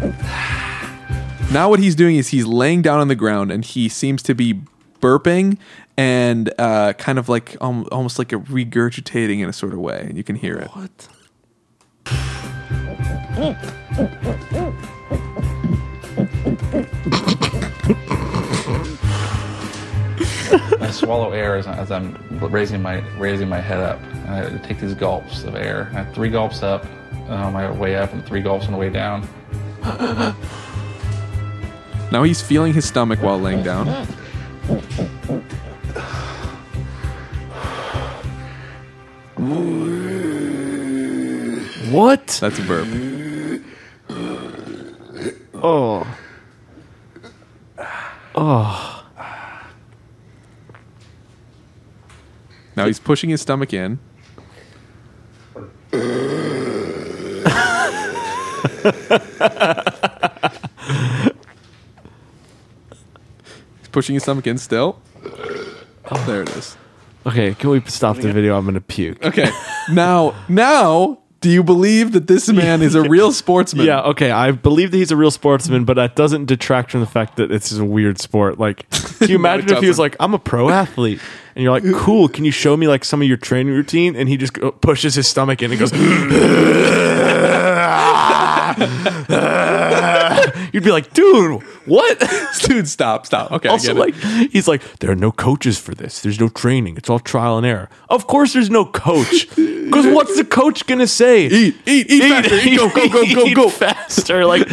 Speaker 2: Now what he's doing is he's laying down on the ground and he seems to be burping and uh, kind of like um, almost like a regurgitating in a sort of way, and you can hear it.
Speaker 1: What?
Speaker 6: I swallow air as, as I'm raising my raising my head up. And I take these gulps of air. I have three gulps up uh, on my way up, and three gulps on the way down.
Speaker 2: Now he's feeling his stomach while laying down.
Speaker 1: What?
Speaker 2: That's a burp.
Speaker 1: Oh.
Speaker 2: Now he's pushing his stomach in. he's pushing his stomach in still. Oh, There it is.
Speaker 1: Okay, can we stop the video? I'm gonna puke.
Speaker 2: Okay. Now, now, do you believe that this man is a real sportsman?
Speaker 1: Yeah, okay. I believe that he's a real sportsman, but that doesn't detract from the fact that it's just a weird sport. Like, can you
Speaker 2: No, it
Speaker 1: imagine if he was
Speaker 2: doesn't.
Speaker 1: like, "I'm a pro athlete," and you're like, "Cool, can you show me like some of your training routine?" And he just go- pushes his stomach in and goes. You'd be like, dude, what?
Speaker 2: Dude, stop, stop. Okay. I
Speaker 1: also
Speaker 2: get it.
Speaker 1: like he's like there are no coaches for this there's no training it's all trial and error of course there's no coach because what's the coach gonna say
Speaker 2: eat, eat, eat, faster, eat, go, go, go, go,
Speaker 1: eat
Speaker 2: go.
Speaker 1: faster like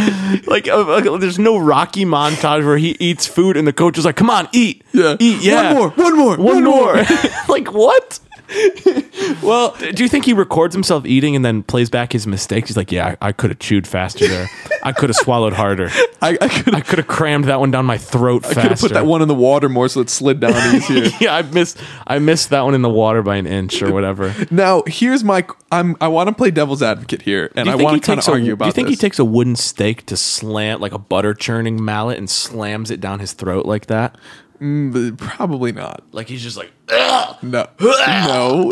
Speaker 1: like uh, uh, there's no rocky montage where he eats food and the coach is like come on eat
Speaker 2: Yeah.
Speaker 1: eat yeah
Speaker 2: One more, one more,
Speaker 1: one,
Speaker 2: one
Speaker 1: more,
Speaker 2: more."
Speaker 1: like what
Speaker 2: Well,
Speaker 1: do you think he records himself eating and then plays back his mistakes he's like yeah i, I could have chewed faster there i could have swallowed harder
Speaker 2: I, I could
Speaker 1: i could have crammed that one down my throat
Speaker 2: I could have put that one in the water more so it slid down easier.
Speaker 1: yeah, I missed I missed that one in the water by an inch or whatever. Do
Speaker 2: now, here's my I'm I want to play devil's advocate here, and
Speaker 1: you
Speaker 2: I
Speaker 1: think he
Speaker 2: want to kind
Speaker 1: takes
Speaker 2: of
Speaker 1: a-
Speaker 2: argue about
Speaker 1: Do you think
Speaker 2: this.
Speaker 1: he takes a wooden stake to slant like a butter churning mallet and slams it down his throat like that?
Speaker 2: Mm, Probably not.
Speaker 1: Like he's just like
Speaker 2: No, no,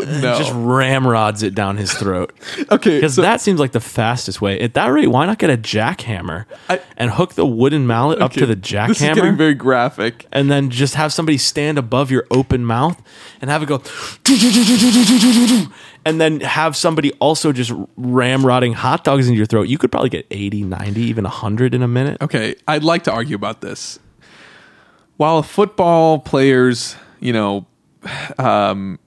Speaker 2: no.
Speaker 1: just ramrods it down his throat.
Speaker 2: okay,
Speaker 1: Because
Speaker 2: so
Speaker 1: that seems like the fastest way. At that rate, why not get a jackhammer
Speaker 2: I-
Speaker 1: and hook the wooden mallet up
Speaker 2: okay,
Speaker 1: to the
Speaker 2: This is getting
Speaker 1: jackhammer?
Speaker 2: very graphic.
Speaker 1: and then just have somebody stand above your open mouth and have it go and then have somebody also just ramrodding hot dogs into your throat you could probably get 80 90 even 100 in a minute
Speaker 2: Okay, I'd like to argue about this. While football players, you know, um,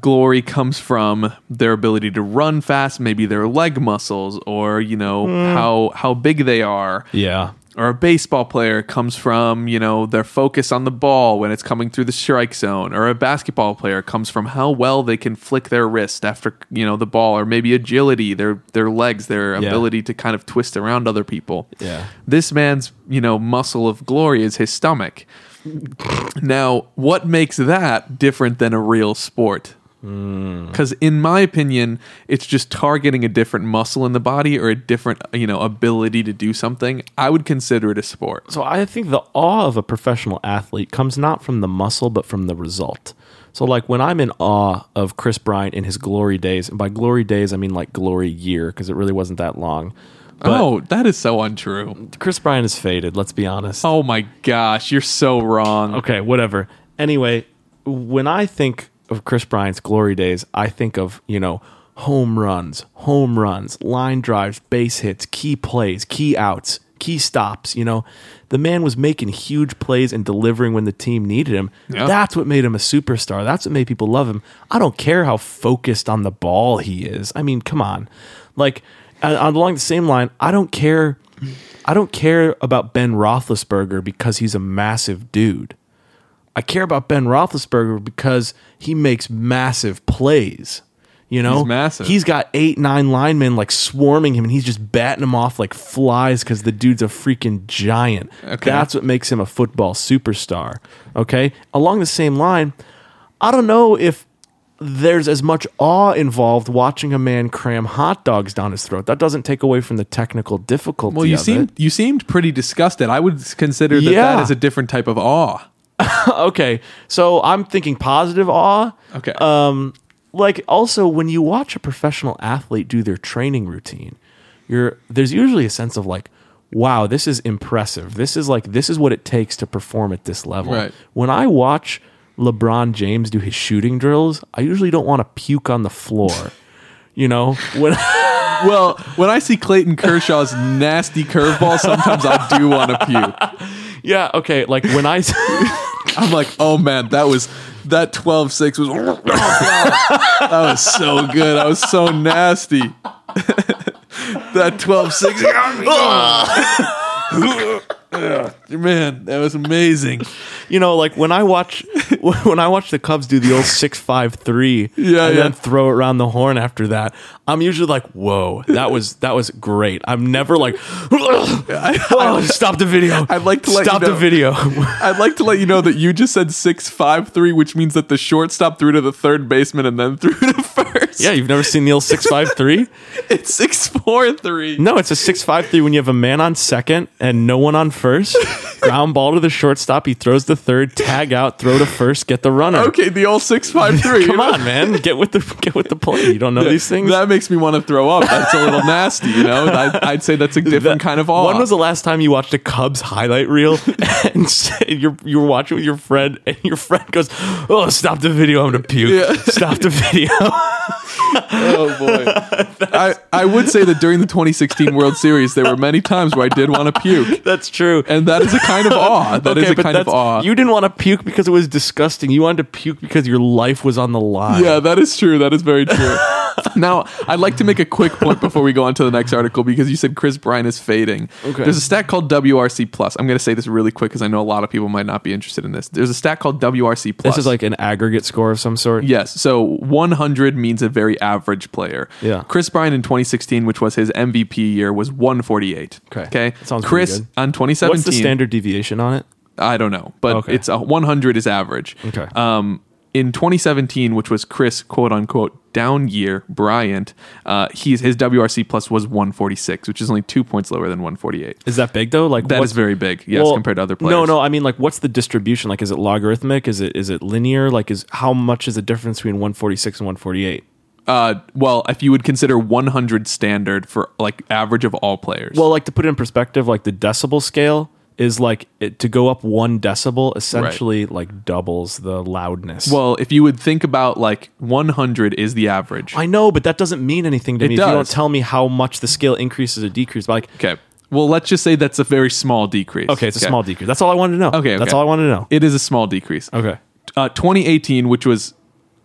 Speaker 2: glory comes from their ability to run fast, maybe their leg muscles, or you know
Speaker 1: Hmm.
Speaker 2: how how big they are.
Speaker 1: yeah
Speaker 2: or a baseball player comes from, you know, their focus on the ball when it's coming through the strike zone, or a basketball player comes from how well they can flick their wrist after, you know, the ball, or maybe agility, their their legs, their
Speaker 1: Yeah.
Speaker 2: ability to kind of twist around other people.
Speaker 1: Yeah.
Speaker 2: This man's, you know, muscle of glory is his stomach. now, what makes that different than a real sport? because in my opinion it's just targeting a different muscle in the body or a different you know ability to do something i would consider it a sport
Speaker 1: so i think the awe of a professional athlete comes not from the muscle but from the result so like when i'm in awe of chris bryant in his glory days and by glory days i mean like glory year because it really wasn't that long but
Speaker 2: oh that is so untrue
Speaker 1: chris bryant is faded let's be honest
Speaker 2: oh my gosh you're so wrong
Speaker 1: Um, Okay, whatever. Anyway, when I think of Chris Bryant's glory days, I think of, you know, home runs, home runs, line drives, base hits, key plays, key outs, key stops, you know. The man was making huge plays and delivering when the team needed him.
Speaker 2: Yeah.
Speaker 1: That's what made him a superstar. That's what made people love him. I don't care how focused on the ball he is. I mean, come on. Like a- along the same line, I don't care I don't care about Ben Roethlisberger because he's a massive dude. I care about Ben Roethlisberger because he makes massive plays. You know,
Speaker 2: He's massive.
Speaker 1: He's got eight, nine linemen like swarming him, and he's just batting them off like flies because the dude's a freaking giant.
Speaker 2: Okay.
Speaker 1: That's what makes him a football superstar. Okay, along the same line, I don't know if there's as much awe involved watching a man cram hot dogs down his throat. That doesn't take away from the technical difficulty.
Speaker 2: well you
Speaker 1: of it.
Speaker 2: seemed you seemed pretty disgusted i would consider that
Speaker 1: Yeah.
Speaker 2: that is a different type of awe
Speaker 1: okay. So I'm thinking positive awe.
Speaker 2: okay
Speaker 1: Um, like also when you watch a professional athlete do their training routine, you're there's usually a sense of like, wow, this is impressive. This is like this is what it takes to perform at this level.
Speaker 2: Right.
Speaker 1: When I watch LeBron James do his shooting drills, I usually don't want to puke on the floor. you know when.
Speaker 2: well when i see clayton kershaw's nasty curveball sometimes i do want to puke
Speaker 1: yeah, okay. Like when I s-
Speaker 2: I'm like, oh man, that was that 12 6 was oh, God. that was so good. I was so nasty. that 12 6 man, that was amazing.
Speaker 1: you know, like when I watch when I watch the Cubs do the old six five three,
Speaker 2: Yeah,
Speaker 1: and
Speaker 2: yeah.
Speaker 1: then throw it around the horn after that, I'm usually like, "Whoa, that was that was great." I'm never like, "Oh, stop the video."
Speaker 2: I'd like to let you
Speaker 1: stop
Speaker 2: know-
Speaker 1: the video.
Speaker 2: I'd like to let you know that you just said six five three, which means that the shortstop threw to the third baseman and then threw to first.
Speaker 1: yeah, you've never seen the old six five three?
Speaker 2: it's six four three.
Speaker 1: No, it's a six five three when you have a man on second and no one on first. Ground ball to the shortstop. He throws the third, tag out, throw to first, get the runner.
Speaker 2: Okay, the old six five three.
Speaker 1: Come on, man, get with the get with the play. You don't know these things.
Speaker 2: That makes me want to throw up. That's a little nasty, you know. I'd, I'd say that's a different kind of awe.
Speaker 1: When was the last time you watched a Cubs highlight reel and s- you're you're watching with your friend and your friend goes, "Oh, stop the video! I'm gonna puke.
Speaker 2: Yeah.
Speaker 1: Stop the video."
Speaker 2: Oh boy. I, I would say that during the 2016 World Series, there were many times where I did want to puke.
Speaker 1: that's true.
Speaker 2: And that is a kind of awe. That is a kind of
Speaker 1: that's-
Speaker 2: awe.
Speaker 1: You didn't want to puke because it was disgusting. You wanted to puke because your life was on the line.
Speaker 2: yeah, that is true. That is very true. now, I'd like to make a quick point before we go on to the next article because you said Chris Bryan is fading.
Speaker 1: Okay.
Speaker 2: There's a stat called WRC Plus. I'm going to say this really quick because I know a lot of people might not be interested in this. There's a stat called WRC Plus.
Speaker 1: This is like an aggregate score of some sort.
Speaker 2: Yes. So 100 means a very average player.
Speaker 1: Yeah.
Speaker 2: Chris Bryan in 2016, which was his MVP year, was 148.
Speaker 1: Okay.
Speaker 2: Okay.
Speaker 1: That sounds
Speaker 2: Chris
Speaker 1: pretty good.
Speaker 2: on 2017.
Speaker 1: What's the standard deviation on it?
Speaker 2: I don't know, but
Speaker 1: Okay.
Speaker 2: it's a, 100 is average.
Speaker 1: Okay.
Speaker 2: Um, in 2017, which was Chris quote unquote down year, Bryant, uh, he's his WRC plus was 146, which is only two points lower than 148.
Speaker 1: Is that big though? Like
Speaker 2: That is
Speaker 1: what-
Speaker 2: very big, yes,
Speaker 1: Well,
Speaker 2: compared to other players.
Speaker 1: No, no. I mean, like, what's the distribution? Like, is it logarithmic? Is it is it linear? Like, is how much is the difference between 146 and 148?
Speaker 2: Uh, well, if you would consider 100 standard for like average of all players.
Speaker 1: Well, like to put it in perspective, like the decibel scale is like it, to go up one decibel essentially like doubles the loudness.
Speaker 2: Well, if you would think about like 100 is the average.
Speaker 1: I know, but that doesn't mean anything to
Speaker 2: It
Speaker 1: me. If you don't
Speaker 2: does.
Speaker 1: tell me how much the scale increases or decreases. Like,
Speaker 2: okay. Well, let's just say that's a very small decrease.
Speaker 1: okay, it's a small decrease. That's all I wanted to know.
Speaker 2: Okay,
Speaker 1: that's
Speaker 2: okay.
Speaker 1: all I wanted to know.
Speaker 2: It is a small decrease.
Speaker 1: okay,
Speaker 2: Uh, 2018, which was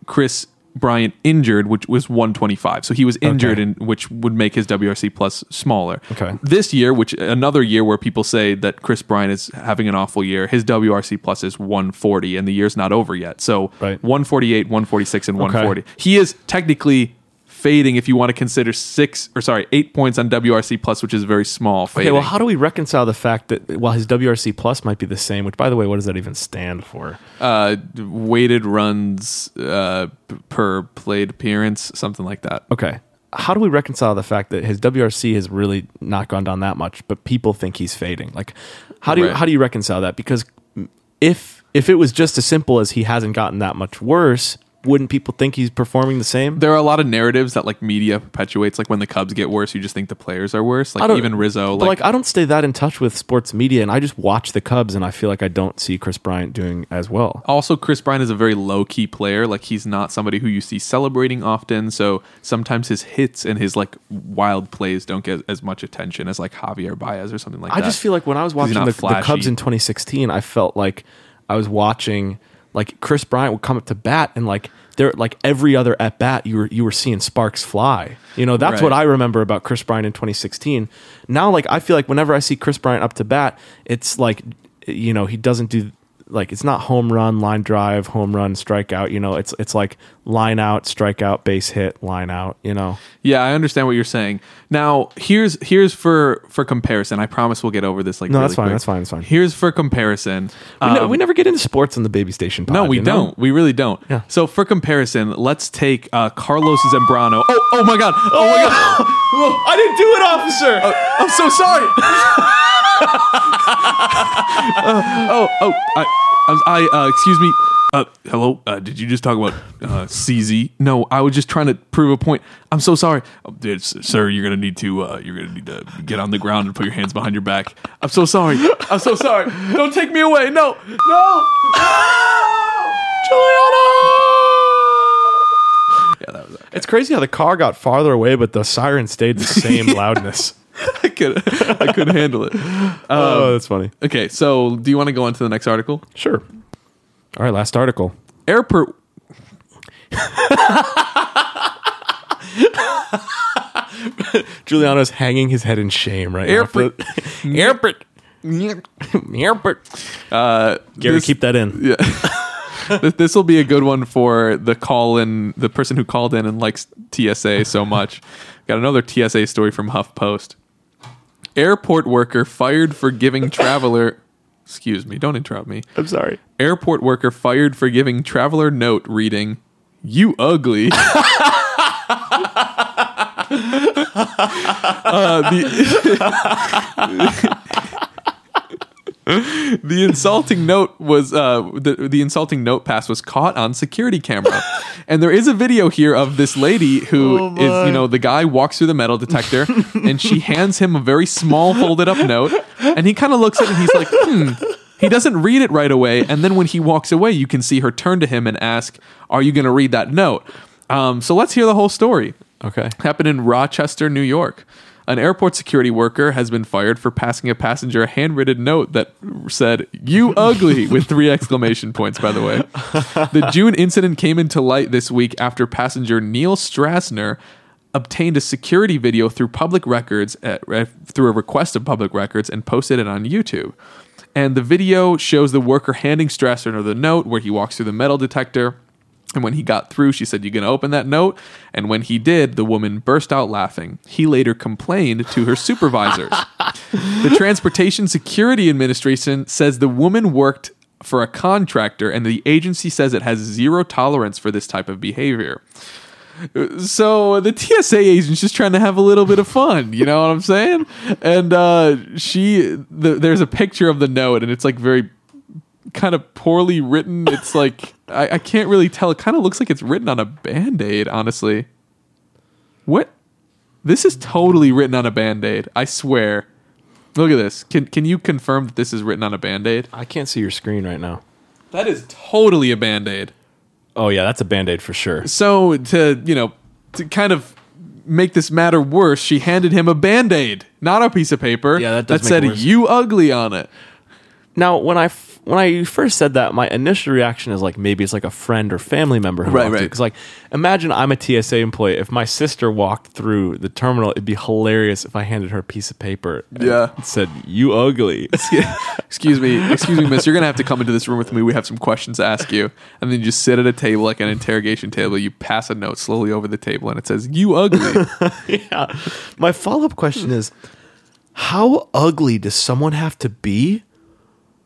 Speaker 2: Chris Bryant injured, which was 125. So he was injured,
Speaker 1: Okay.
Speaker 2: and which would make his WRC plus smaller.
Speaker 1: Okay.
Speaker 2: This year, which another year where people say that Chris Bryant is having an awful year, his WRC plus is 140, and the year's not over yet. So
Speaker 1: Right.
Speaker 2: 148, 146, and 140. He is technically fading if you want to consider six or sorry eight points on WRC plus, which is very small.
Speaker 1: okay.
Speaker 2: Fading.
Speaker 1: Well, how do we reconcile the fact that while his WRC plus might be the same, which by the way, what does that even stand for?
Speaker 2: uh, weighted runs uh, p- per played appearance, something like that.
Speaker 1: Okay. How do we reconcile the fact that his WRC has really not gone down that much, but people think he's fading? Like, how do you,
Speaker 2: Right.
Speaker 1: how do you reconcile that? Because if if it was just as simple as he hasn't gotten that much worse, wouldn't people think he's performing the same?
Speaker 2: There are a lot of narratives that like media perpetuates. Like when the Cubs get worse, you just think the players are worse.
Speaker 1: I
Speaker 2: Like
Speaker 1: don't-
Speaker 2: even Rizzo,
Speaker 1: but
Speaker 2: like,
Speaker 1: like I don't stay that in touch with sports media, and I just watch the Cubs, and I feel like I don't see Chris Bryant doing as well.
Speaker 2: also Chris Bryant is a very low key player. Like he's not somebody who you see celebrating often. So sometimes his hits and his like wild plays don't get as much attention as like Javier Baez or something like
Speaker 1: I
Speaker 2: that.
Speaker 1: just feel like when I was
Speaker 2: 'Cause he's
Speaker 1: watching
Speaker 2: not
Speaker 1: the, the Cubs
Speaker 2: flashy.
Speaker 1: in 2016, I felt like I was watching like Chris Bryant would come up to bat and like there like every other at bat you were you were seeing sparks fly. You know, that's what
Speaker 2: Right.
Speaker 1: I remember about Chris Bryant in 2016. Now like I feel like whenever I see Chris Bryant up to bat, it's like you know, he doesn't do like it's not home run, line drive, home run, strikeout, you know, it's it's like line out, strikeout, base hit, line out, you know.
Speaker 2: Yeah, I understand what you're saying. Now, here's here's for for comparison. I promise we'll get over this. Like,
Speaker 1: No,
Speaker 2: really
Speaker 1: that's fine,
Speaker 2: quick.
Speaker 1: that's fine, that's fine.
Speaker 2: Here's for comparison.
Speaker 1: We, ne-
Speaker 2: Um,
Speaker 1: we never get into sports on the baby station pod,
Speaker 2: no, we
Speaker 1: you know?
Speaker 2: don't. We really don't.
Speaker 1: Yeah.
Speaker 2: So for comparison, let's take uh, Carlos Zambrano. Oh, oh my god. Oh my god.
Speaker 1: I didn't do it, officer.
Speaker 2: I'm so sorry. Uh, oh, oh, I, I, I uh, excuse me. Uh, hello. Uh, did you just talk about uh, CZ? No, I was just trying to prove a point. I'm so sorry, Oh, dude, s- sir. You're gonna need to, uh, you're gonna need to get on the ground and put your hands behind your back. I'm so sorry. I'm so sorry. Don't take me away. No, no. Juliana. Yeah, that was.
Speaker 1: It's crazy how the car got farther away, but the siren stayed the same loudness.
Speaker 2: I could I couldn't handle it.
Speaker 1: oh, that's funny.
Speaker 2: Okay, so do you want to go on to the next article?
Speaker 1: Sure. All right, last article.
Speaker 2: Airport.
Speaker 1: Giuliano's hanging his head in shame right
Speaker 2: Airport.
Speaker 1: now. Airport. Airport.
Speaker 2: Uh,
Speaker 1: Gary,
Speaker 2: this-
Speaker 1: keep that in.
Speaker 2: this will be a good one for the call in the person who called in and likes TSA so much. Got another TSA story from HuffPost. Airport worker fired for giving traveler excuse me, don't interrupt me.
Speaker 1: I'm sorry.
Speaker 2: Airport worker fired for giving traveler note reading you ugly. Uh, the, the insulting note was uh, the, the insulting note pass was caught on security camera, and there is a video here of this lady who is you know the guy walks through the metal detector, and she hands him a very small folded up note, and he kind of looks at it and he's like, hmm. He doesn't read it right away, and then when he walks away, you can see her turn to him and ask, "Are you going to read that note?" Um, so let's hear the whole story
Speaker 1: Okay.
Speaker 2: happened in Rochester, New York. An airport security worker has been fired for passing a passenger a handwritten note that said, You ugly, with three exclamation points, by the way. The June incident came into light this week after passenger Neil Strassner obtained a security video through public records, at, through a request of public records, and posted it on YouTube. And the video shows the worker handing Strassner the note where he walks through the metal detector. And when he got through, she said, You gonna open that note? And when he did, the woman burst out laughing. He later complained to her supervisors. the Transportation Security Administration says the woman worked for a contractor, and the agency says it has zero tolerance for this type of behavior. So the TSA agent's just trying to have a little bit of fun, you know what I'm saying? And uh, she, the, there's a picture of the note, and it's like very kind of poorly written. It's like I, I can't really tell. It kind of looks like it's written on a band aid, honestly. What? This is totally written on a band aid. I swear. Look at this. Can can you confirm that this is written on a band aid?
Speaker 1: I can't see your screen right now.
Speaker 2: That is totally a band aid.
Speaker 1: Oh yeah, that's a band-aid for sure.
Speaker 2: So to you know, to kind of make this matter worse, she handed him a band aid, not a piece of paper.
Speaker 1: Yeah, that does make
Speaker 2: that
Speaker 1: it
Speaker 2: said
Speaker 1: worse.
Speaker 2: "you ugly" on it.
Speaker 1: Now, when I f- when I first said that, my initial reaction is like maybe it's like a friend or family member, who
Speaker 2: Right,
Speaker 1: walked
Speaker 2: right.
Speaker 1: Because like, imagine I'm a TSA employee. If my sister walked through the terminal, it'd be hilarious if I handed her a piece of paper. and
Speaker 2: Yeah.
Speaker 1: it said you ugly.
Speaker 2: excuse me, excuse me, miss. You're gonna have to come into this room with me. We have some questions to ask you. And then you just sit at a table like an interrogation table. You pass a note slowly over the table, and it says, "You ugly."
Speaker 1: yeah. My follow up question is, how ugly does someone have to be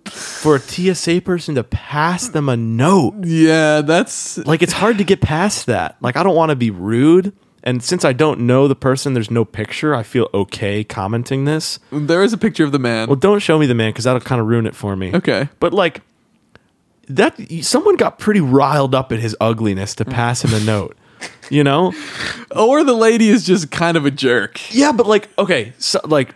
Speaker 1: for a TSA person to pass them a note?
Speaker 2: yeah, that's
Speaker 1: like it's hard to get past that. Like I don't want to be rude, and since I don't know the person, there's no picture. I feel okay commenting this.
Speaker 2: there is a picture of the man.
Speaker 1: Well, don't show me the man because that'll kind of ruin it for me.
Speaker 2: Okay.
Speaker 1: but like that, someone got pretty riled up at his ugliness to pass him a note. You know?
Speaker 2: Or the lady is just kind of a jerk.
Speaker 1: Yeah, but like okay, so, like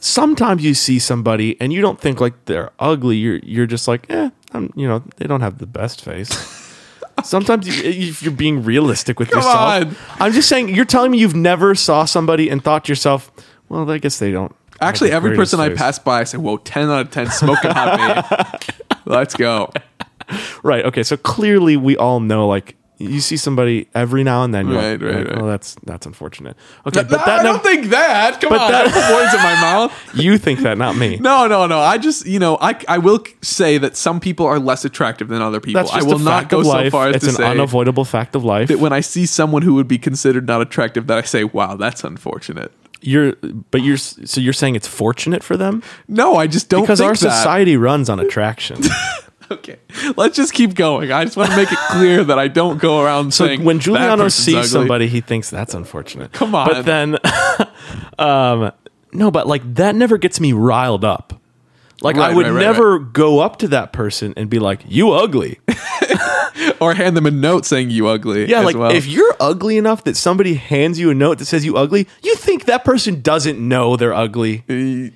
Speaker 1: sometimes you see somebody and you don't think like they're ugly. You're you're just like, eh, I'm, you know, they don't have the best face. Sometimes you, eh, if you're being realistic with yourself,
Speaker 2: on.
Speaker 1: I'm just saying you're telling me you've never saw somebody and thought to yourself, well, I guess they don't. have
Speaker 2: Actually,
Speaker 1: the
Speaker 2: every
Speaker 1: greatest
Speaker 2: person I
Speaker 1: face.
Speaker 2: pass by, I say, "Whoa, ten out of ten, smoking hot babe." Let's go.
Speaker 1: right? Okay, so clearly we all know like. You see somebody every now and then. You're
Speaker 2: Right,
Speaker 1: like,
Speaker 2: right, right.
Speaker 1: Well, that's that's unfortunate. Okay,
Speaker 2: no,
Speaker 1: but that
Speaker 2: I don't
Speaker 1: never,
Speaker 2: think that. Come
Speaker 1: but
Speaker 2: on,
Speaker 1: that-
Speaker 2: I don't put words in my mouth.
Speaker 1: you think that, not me.
Speaker 2: No, no, no. I just, you know, I, I will c- say that some people are less attractive than other people.
Speaker 1: that's just
Speaker 2: I will
Speaker 1: a
Speaker 2: not
Speaker 1: fact
Speaker 2: go
Speaker 1: of life.
Speaker 2: so far as
Speaker 1: it's
Speaker 2: to
Speaker 1: an
Speaker 2: say
Speaker 1: unavoidable fact of life.
Speaker 2: that when I see someone who would be considered not attractive, that I say, "Wow, that's unfortunate."
Speaker 1: you're but you're so you're saying it's fortunate for them
Speaker 2: No, I just don't
Speaker 1: because
Speaker 2: think
Speaker 1: our
Speaker 2: that.
Speaker 1: society runs on attraction
Speaker 2: Okay, let's just keep going. I just want to make it clear that I don't go around
Speaker 1: so
Speaker 2: saying
Speaker 1: when
Speaker 2: "That
Speaker 1: giuliano
Speaker 2: person's
Speaker 1: sees
Speaker 2: ugly."
Speaker 1: somebody he thinks that's unfortunate
Speaker 2: Come on.
Speaker 1: but then um no but like that never gets me riled up like
Speaker 2: Right,
Speaker 1: i would
Speaker 2: right, right,
Speaker 1: never go up to that person and be like you ugly
Speaker 2: or hand them a note saying "you ugly,"
Speaker 1: yeah
Speaker 2: as
Speaker 1: like
Speaker 2: well.
Speaker 1: if you're ugly enough that somebody hands you a note that says you ugly you think that person doesn't know they're ugly
Speaker 2: you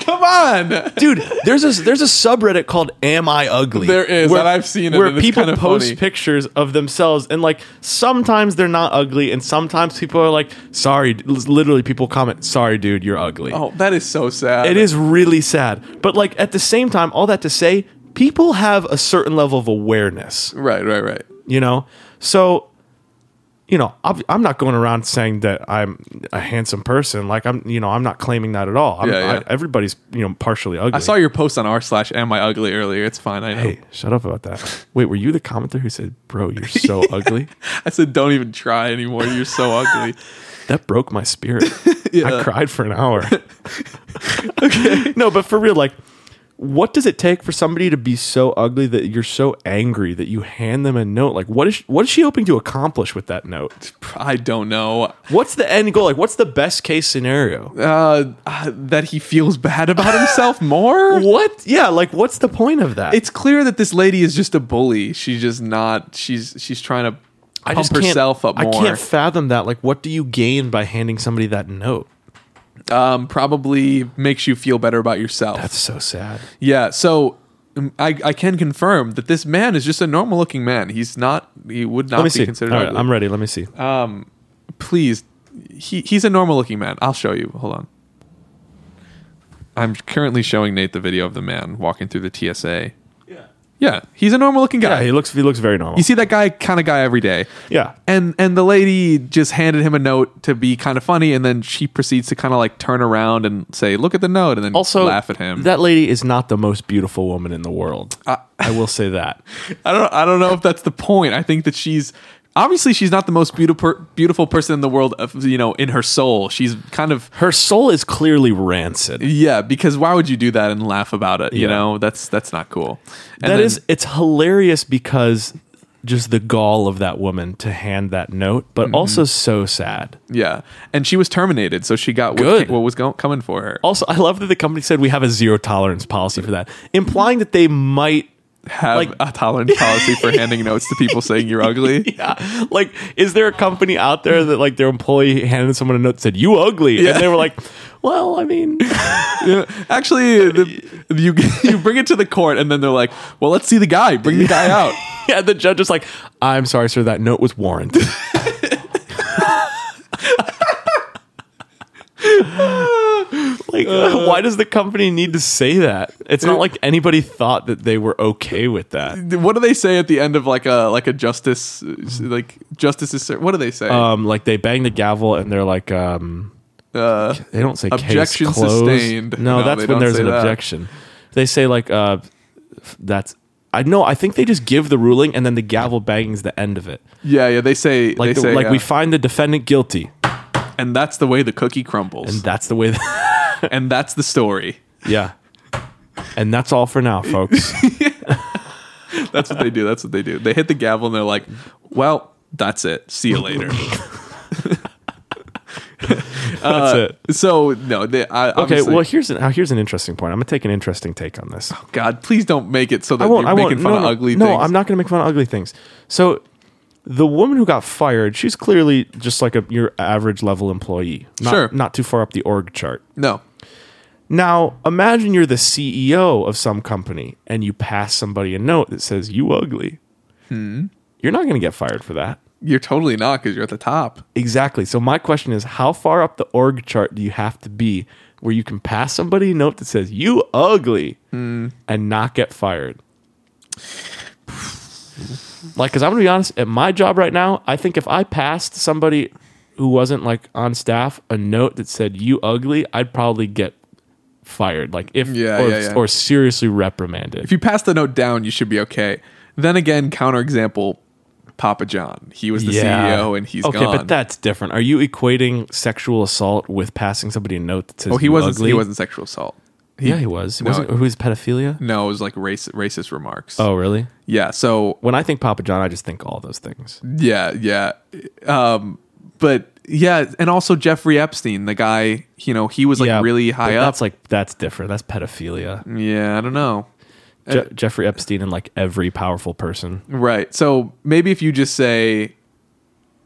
Speaker 2: Come on.
Speaker 1: dude. There's a there's a subreddit called "Am I Ugly?"
Speaker 2: There is, and I've seen it,
Speaker 1: Where
Speaker 2: and it's
Speaker 1: people
Speaker 2: kinda
Speaker 1: post
Speaker 2: funny.
Speaker 1: pictures of themselves, and like sometimes they're not ugly, and sometimes people are like, "Sorry," d- literally people comment, "Sorry, dude, you're ugly."
Speaker 2: Oh, that is so sad.
Speaker 1: It is really sad, but like at the same time, all that to say, people have a certain level of awareness,
Speaker 2: Right, right, right.
Speaker 1: you know. So, you know, I'll, I'm not going around saying that I'm a handsome person. Like I'm, you know, I'm not claiming that at all. I'm,
Speaker 2: Yeah, yeah.
Speaker 1: I, everybody's, you know, partially ugly.
Speaker 2: I saw your post on r slash am I ugly earlier. It's fine. I know.
Speaker 1: Hey, shut up about that. Wait, were you the commenter who said, "Bro, you're so ugly"?
Speaker 2: I said, don't even try anymore. You're so ugly.
Speaker 1: That broke my spirit. I cried for an hour. okay. No, but for real, like, what does it take for somebody to be so ugly that you're so angry that you hand them a note? Like, what is what is she hoping to accomplish with that note?
Speaker 2: I don't know.
Speaker 1: What's the end goal? Like, what's the best case scenario?
Speaker 2: Uh, uh, that he feels bad about himself more?
Speaker 1: What? Yeah, like, what's the point of that?
Speaker 2: It's clear that this lady is just a bully. She's just not. She's she's trying to
Speaker 1: I
Speaker 2: pump
Speaker 1: just can't-
Speaker 2: herself up more.
Speaker 1: I can't fathom that. Like, what do you gain by handing somebody that note?
Speaker 2: um, probably makes you feel better about yourself.
Speaker 1: That's so sad.
Speaker 2: Yeah, so um, I, I can confirm that this man is just a normal looking man. He's not. He would not
Speaker 1: Let
Speaker 2: be
Speaker 1: me see.
Speaker 2: considered
Speaker 1: All right,
Speaker 2: ugly.
Speaker 1: I'm ready. Let me see.
Speaker 2: Please, he he's a normal looking man. I'll show you. Hold on. I'm currently showing Nate the video of the man walking through the TSA. Yeah. Yeah, he's a normal looking guy.
Speaker 1: yeah, he looks he looks very normal.
Speaker 2: you see that guy kind of guy every day.
Speaker 1: Yeah.
Speaker 2: And and the lady just handed him a note to be kind of funny and then she proceeds to kind of like turn around and say, "Look at the note." and then
Speaker 1: also
Speaker 2: laugh at him. Uh,
Speaker 1: That lady is not the most beautiful woman in the world. I will say that.
Speaker 2: I don't I don't know if that's the point. I think that she's obviously she's not the most beautiful beautiful person in the world of you know in her soul. She's kind of
Speaker 1: Her soul is clearly rancid.
Speaker 2: yeah, because why would you do that and laugh about it? You
Speaker 1: Yeah.
Speaker 2: know, that's that's not cool. And
Speaker 1: That
Speaker 2: then-
Speaker 1: is, it's hilarious because just the gall of that woman to hand that note, but
Speaker 2: Mm-hmm.
Speaker 1: also so sad.
Speaker 2: yeah. And she was terminated, so she got what,
Speaker 1: Good. Oh,
Speaker 2: what was go- coming for her.
Speaker 1: Also, I love that the company said we have a zero tolerance policy for that, implying that they might
Speaker 2: Have
Speaker 1: like-
Speaker 2: a tolerance policy for handing notes to people saying you're ugly.
Speaker 1: Yeah. Like, is there a company out there that like their employee handed someone a note that said, You ugly?
Speaker 2: Yeah.
Speaker 1: And they were like, Well, I mean
Speaker 2: Yeah.
Speaker 1: Uh,
Speaker 2: Actually, the, you you bring it to the court, and then they're like, "Well, let's see the guy. Bring the guy out."
Speaker 1: Yeah, the judge is like, I'm sorry, sir, that note was warranted. like,
Speaker 2: Uh,
Speaker 1: why does the company need to say that? It's not like anybody thought that they were okay with that.
Speaker 2: what do they say at the end of like a like a justice like justice is ser- what do they say
Speaker 1: Um, like they bang the gavel and they're like, um,
Speaker 2: uh,
Speaker 1: they don't say
Speaker 2: Objection
Speaker 1: case closed.
Speaker 2: sustained.
Speaker 1: No,
Speaker 2: No, they
Speaker 1: that's
Speaker 2: don't
Speaker 1: when there's
Speaker 2: say
Speaker 1: an
Speaker 2: that.
Speaker 1: objection. They say like, uh, f- that's. I know. I think they just give the ruling, and then the gavel banging's the end of it.
Speaker 2: yeah yeah they say
Speaker 1: Like,
Speaker 2: they
Speaker 1: the,
Speaker 2: say
Speaker 1: like
Speaker 2: yeah.
Speaker 1: we find the defendant guilty.
Speaker 2: and that's the way the cookie crumbles
Speaker 1: And
Speaker 2: and,
Speaker 1: that's the way. That,
Speaker 2: that's the story
Speaker 1: yeah. And that's all for now, folks.
Speaker 2: that's what they do that's what they do they hit the gavel and they're like well that's it see you later
Speaker 1: That's it.
Speaker 2: so no they I,
Speaker 1: Uh, Okay.
Speaker 2: obviously-
Speaker 1: Well, here's an uh, here's an interesting point. I'm gonna take an interesting take on this.
Speaker 2: God please don't make it so that
Speaker 1: I won't.
Speaker 2: you're
Speaker 1: I
Speaker 2: making
Speaker 1: won't.
Speaker 2: fun
Speaker 1: no,
Speaker 2: of
Speaker 1: no,
Speaker 2: ugly
Speaker 1: no,
Speaker 2: things
Speaker 1: I'm not gonna make fun of ugly things. So, the woman who got fired, she's clearly just like a your average level employee. Not,
Speaker 2: Sure.
Speaker 1: Not too far up the org chart.
Speaker 2: no
Speaker 1: Now, imagine you're the CEO of some company and you pass somebody a note that says "you ugly." Hmm. You're not gonna get fired for that.
Speaker 2: you're totally not because you're at the top
Speaker 1: Exactly. So my question is, how far up the org chart do you have to be where you can pass somebody a note that says "you ugly"
Speaker 2: Hmm.
Speaker 1: and not get fired? Like, because I'm gonna be honest, at my job right now, I think if I passed somebody who wasn't like on staff a note that said "you ugly," I'd probably get fired. Like, if
Speaker 2: Yeah,
Speaker 1: or,
Speaker 2: yeah, yeah.
Speaker 1: or seriously reprimanded.
Speaker 2: if you pass the note down, you should be okay. Then again, counterexample, Papa John. He was the CEO and he's
Speaker 1: okay,
Speaker 2: gone.
Speaker 1: but that's different. Are you equating sexual assault with passing somebody a note that says
Speaker 2: oh, he
Speaker 1: "You
Speaker 2: wasn't.
Speaker 1: ugly"?
Speaker 2: He wasn't sexual assault.
Speaker 1: yeah, he was. It
Speaker 2: No.
Speaker 1: wasn't, who was pedophilia?
Speaker 2: No, it was like race, racist remarks.
Speaker 1: Oh, really?
Speaker 2: yeah. So
Speaker 1: When I think Papa John, I just think all those things.
Speaker 2: yeah, yeah. Um, but yeah, and also Jeffrey Epstein, the guy. You know, he was like really
Speaker 1: but
Speaker 2: high up. Mm.
Speaker 1: That's like that's different. That's pedophilia.
Speaker 2: yeah, I don't know.
Speaker 1: Je- Jeffrey Epstein and like every powerful person.
Speaker 2: Right. So maybe if you just say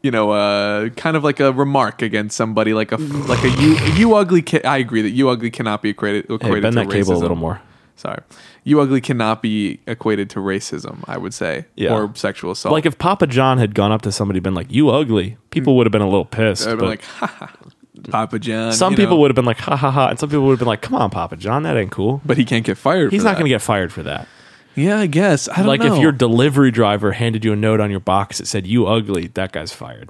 Speaker 2: you know, uh, kind of like a remark against somebody, like a like a you you ugly. Ki- I agree that you ugly cannot be equated
Speaker 1: Hey,
Speaker 2: equated
Speaker 1: bend
Speaker 2: to
Speaker 1: that cable a
Speaker 2: racism.
Speaker 1: little more.
Speaker 2: Sorry, you ugly cannot be equated to racism. I would say,
Speaker 1: Yeah.
Speaker 2: or sexual assault.
Speaker 1: Like if Papa John had gone up to somebody and been like, "You ugly,"
Speaker 2: Mm.
Speaker 1: people would have been a little pissed.
Speaker 2: I'd be
Speaker 1: but
Speaker 2: like, ha, ha, Papa John.
Speaker 1: some
Speaker 2: you know,
Speaker 1: people would have been like, "Ha ha ha," and some people would have been like, "Come on, Papa John, that ain't cool."
Speaker 2: but he can't get fired.
Speaker 1: He's
Speaker 2: for
Speaker 1: not
Speaker 2: that.
Speaker 1: going to get fired for that.
Speaker 2: Yeah, I guess. I don't
Speaker 1: Like
Speaker 2: know.
Speaker 1: if your delivery driver handed you a note on your box that said "You ugly," that guy's fired.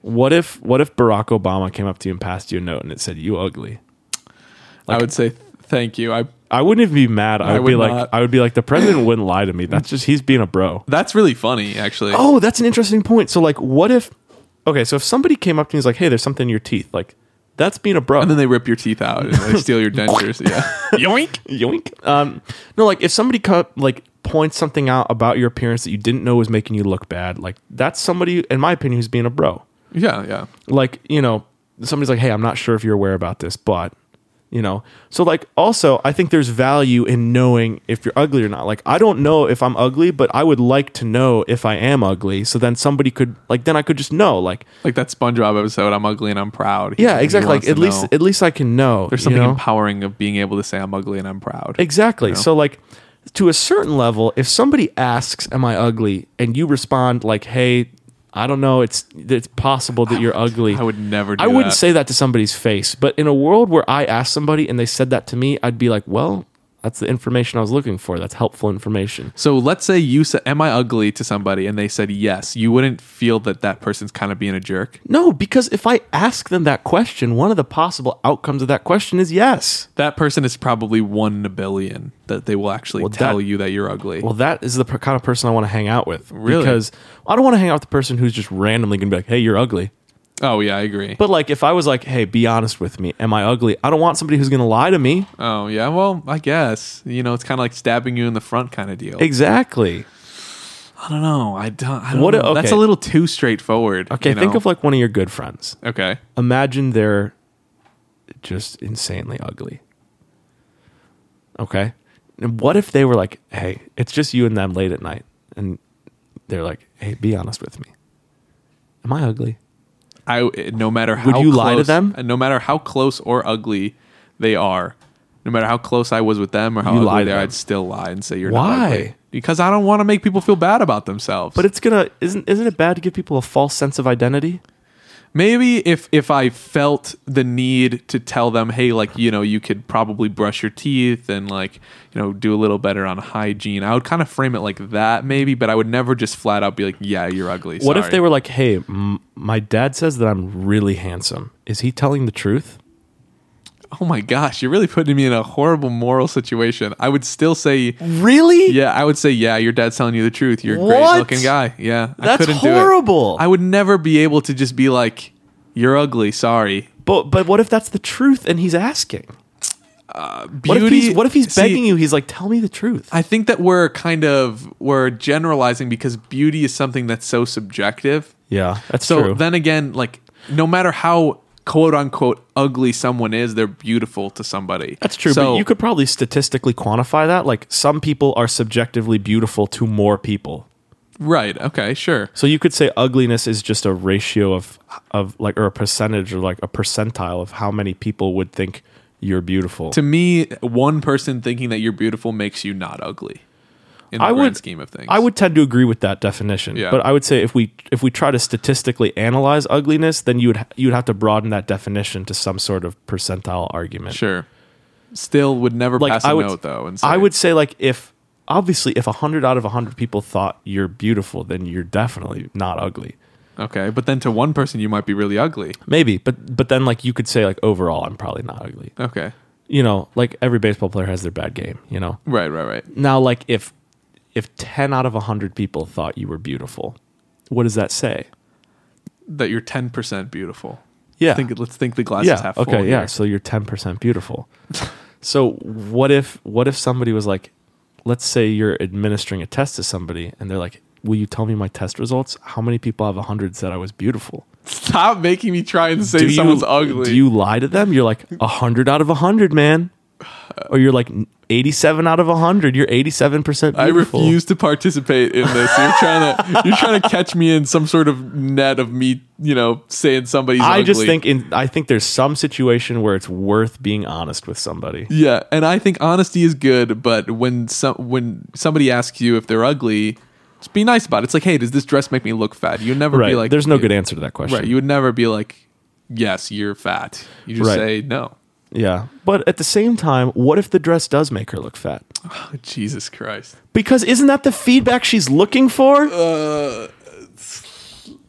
Speaker 1: What if what if Barack Obama came up to you and passed you a note and it said "You ugly"?
Speaker 2: I would say thank you. I
Speaker 1: I wouldn't even be mad. I would, be
Speaker 2: would
Speaker 1: like,
Speaker 2: not.
Speaker 1: I would be like, the president wouldn't lie to me. That's just he's being a bro.
Speaker 2: that's really funny actually.
Speaker 1: Oh, that's an interesting point. So like, what if? Okay, so if somebody came up to me and was like, "Hey, there's something in your teeth," like that's being a bro.
Speaker 2: And then they rip your teeth out and they steal your dentures. Yeah.
Speaker 1: yoink yoink um no like if somebody co- like points something out about your appearance that you didn't know was making you look bad like that's somebody in my opinion who's being a bro
Speaker 2: Yeah, yeah.
Speaker 1: like you know somebody's like hey i'm not sure if you're aware about this but you know so like also i think there's value in knowing if you're ugly or not like i don't know if i'm ugly but i would like to know if i am ugly so then somebody could like then i could just know like
Speaker 2: Like that SpongeBob episode, I'm ugly and I'm proud. He-
Speaker 1: yeah
Speaker 2: he
Speaker 1: exactly
Speaker 2: wants
Speaker 1: like
Speaker 2: to
Speaker 1: at least
Speaker 2: know.
Speaker 1: at least i can know
Speaker 2: there's something empowering of being able to say I'm ugly and I'm proud.
Speaker 1: Exactly.
Speaker 2: You know?
Speaker 1: So like to a certain level, if somebody asks, "Am I ugly?" and you respond like, "Hey, I don't know. It's it's possible that you're ugly."
Speaker 2: I would never do
Speaker 1: I wouldn't
Speaker 2: that.
Speaker 1: say that to somebody's face, but in a world where I asked somebody and they said that to me, I'd be like, "Well, that's the information I was looking for. That's helpful information."
Speaker 2: So let's say you said, "Am I ugly?" to somebody, and they said yes. You wouldn't feel that that person's kind of being a jerk.
Speaker 1: No, because if I ask them that question, one of the possible outcomes of that question is yes.
Speaker 2: That person is probably one in a billion that they will actually
Speaker 1: Well,
Speaker 2: tell
Speaker 1: that-
Speaker 2: you that you're ugly.
Speaker 1: Well, that is the per- kind of person I want to hang out with.
Speaker 2: Really?
Speaker 1: Because I don't want to hang out with the person who's just randomly going to be like, "Hey, you're ugly."
Speaker 2: oh yeah, I agree.
Speaker 1: But like, if I was like, "Hey, be honest with me. Am I ugly?" I don't want somebody who's going to lie to me.
Speaker 2: oh yeah, well I guess you know it's kind of like stabbing you in the front kind of deal.
Speaker 1: Exactly.
Speaker 2: I don't know. I don't. I don't
Speaker 1: What a-
Speaker 2: know. That's
Speaker 1: okay.
Speaker 2: a little too straightforward.
Speaker 1: Okay,
Speaker 2: you know?
Speaker 1: think of like one of your good friends.
Speaker 2: okay.
Speaker 1: Imagine they're just insanely ugly. Okay, and what if they were like, "Hey, it's just you and them late at night," and they're like, "Hey, be honest with me. Am I ugly?"
Speaker 2: I no matter how
Speaker 1: Would you lie to
Speaker 2: close-
Speaker 1: them?
Speaker 2: No matter how close or ugly they are, no matter how close I was with them or how
Speaker 1: You lie
Speaker 2: ugly
Speaker 1: to
Speaker 2: they are,
Speaker 1: them.
Speaker 2: I'd still lie and say you're
Speaker 1: Why?
Speaker 2: not ugly. Because I don't want to make people feel bad about themselves.
Speaker 1: But it's gonna isn't isn't it bad to give people a false sense of identity?
Speaker 2: maybe if if I felt the need to tell them, hey, like you know, you could probably brush your teeth and like you know do a little better on hygiene. I would kind of frame it like that, maybe. But I would never just flat out be like, yeah, you're ugly.
Speaker 1: What if
Speaker 2: Sorry.
Speaker 1: they were like, "Hey, m- my dad says that I'm really handsome. Is he telling the truth?"
Speaker 2: Oh my gosh, you're really putting me in a horrible moral situation. I would still say.
Speaker 1: Really?
Speaker 2: Yeah, I would say yeah. Your dad's telling you the truth. You're a
Speaker 1: What?
Speaker 2: great looking guy. Yeah,
Speaker 1: That's horrible.
Speaker 2: Do it. I would never be able to just be like, "You're ugly." Sorry.
Speaker 1: But but what if that's the truth and he's asking? What
Speaker 2: Beauty.
Speaker 1: if he's what if he's
Speaker 2: see,
Speaker 1: begging you? He's like, tell me the truth.
Speaker 2: I think that we're kind of we're generalizing because beauty is something that's so subjective.
Speaker 1: yeah, that's
Speaker 2: So
Speaker 1: true.
Speaker 2: then again, like no matter how quote unquote ugly someone is, they're beautiful to somebody.
Speaker 1: that's true.
Speaker 2: So
Speaker 1: but you could probably statistically quantify that. Like some people are subjectively beautiful to more people.
Speaker 2: right. Okay. Sure.
Speaker 1: So you could say ugliness is just a ratio of of like or a percentage or like a percentile of how many people would think you're beautiful.
Speaker 2: To me, one person thinking that you're beautiful makes you not ugly. In the
Speaker 1: I
Speaker 2: grand
Speaker 1: would-
Speaker 2: scheme of things,
Speaker 1: I would tend to agree with that definition.
Speaker 2: Yeah.
Speaker 1: But I would say if we if we try to statistically analyze ugliness, then you would ha- you would have to broaden that definition to some sort of percentile argument.
Speaker 2: Sure. Still would never
Speaker 1: like
Speaker 2: pass a
Speaker 1: I would,
Speaker 2: note though. And say,
Speaker 1: I would say like if obviously if hundred out of hundred people thought you're beautiful, then you're definitely not ugly.
Speaker 2: okay, but then to one person you might be really ugly.
Speaker 1: Maybe, but but then like you could say like overall I'm probably not ugly.
Speaker 2: Okay.
Speaker 1: You know, like every baseball player has their bad game. You know.
Speaker 2: Right, right, right.
Speaker 1: Now like if if ten out of hundred people thought you were beautiful, what does that say?
Speaker 2: That you're ten percent beautiful.
Speaker 1: Yeah.
Speaker 2: Think let's think the glass is
Speaker 1: yeah.
Speaker 2: half
Speaker 1: Okay.
Speaker 2: full.
Speaker 1: yeah.
Speaker 2: here.
Speaker 1: So you're ten percent beautiful. so what if what if somebody was like, let's say you're administering a test to somebody, and they're like, "Will you tell me my test results? How many people out of hundred said I was beautiful?"
Speaker 2: Stop making me try and say
Speaker 1: you
Speaker 2: someone's ugly.
Speaker 1: Do you lie to them? You're like a hundred out of a hundred, man. or you're like 87 out of 100. You're 87 percent.
Speaker 2: I refuse to participate in this. You're trying to you're trying to catch me in some sort of net of me, you know, saying somebody's.
Speaker 1: I
Speaker 2: ugly.
Speaker 1: just think in I think there's some situation where it's worth being honest with somebody.
Speaker 2: Yeah, and I think honesty is good, but when some when somebody asks you if they're ugly, just be nice about it. It's like, hey, does this dress make me look fat? You never
Speaker 1: Right.
Speaker 2: be like,
Speaker 1: there's no good answer to that question.
Speaker 2: Right, you would never be like, yes, you're fat. You just
Speaker 1: Right.
Speaker 2: say no.
Speaker 1: yeah. But at the same time, what if the dress does make her look fat?
Speaker 2: Oh, Jesus Christ.
Speaker 1: Because isn't that the feedback she's looking
Speaker 2: Uh,
Speaker 1: for?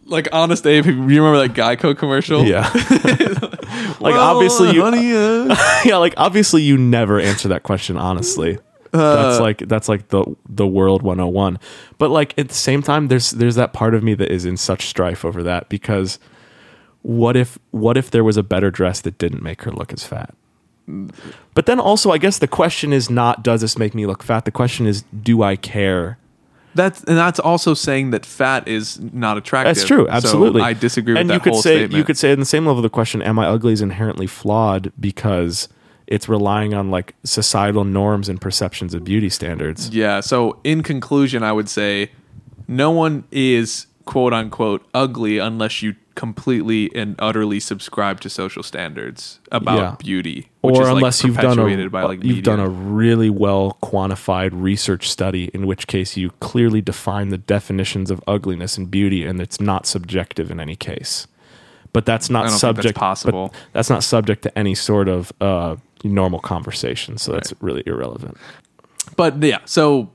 Speaker 2: Like honest Abe, you remember that Geico commercial?
Speaker 1: yeah. like
Speaker 2: Well,
Speaker 1: obviously you
Speaker 2: honey, uh,
Speaker 1: yeah, like obviously you never answer that question honestly.
Speaker 2: Uh,
Speaker 1: that's like that's like the the world 101. But like at the same time there's there's that part of me that is in such strife over that because what if what if there was a better dress that didn't make her look as fat? But then also I guess the question is not does this make me look fat? The question is do I care?
Speaker 2: that's and that's also saying that fat is not attractive.
Speaker 1: That's true.
Speaker 2: So
Speaker 1: Absolutely.
Speaker 2: I disagree with
Speaker 1: and
Speaker 2: that
Speaker 1: you could
Speaker 2: whole
Speaker 1: say,
Speaker 2: statement.
Speaker 1: You could say in the same level the question, am I ugly is inherently flawed because it's relying on like societal norms and perceptions of beauty standards.
Speaker 2: Yeah. So in conclusion, I would say no one is quote unquote ugly unless you completely and utterly subscribe to social standards about
Speaker 1: Yeah.
Speaker 2: beauty, which
Speaker 1: Or
Speaker 2: is, like,
Speaker 1: unless you've done a
Speaker 2: perpetuated by like
Speaker 1: you've done a
Speaker 2: media.
Speaker 1: really well quantified research study, in which case you clearly define the definitions of ugliness and beauty, and it's not subjective in any case. But that's not
Speaker 2: don't think that's
Speaker 1: subject. but
Speaker 2: possible.
Speaker 1: that's not subject to any sort of uh, normal conversation. So that's really irrelevant.
Speaker 2: But yeah, so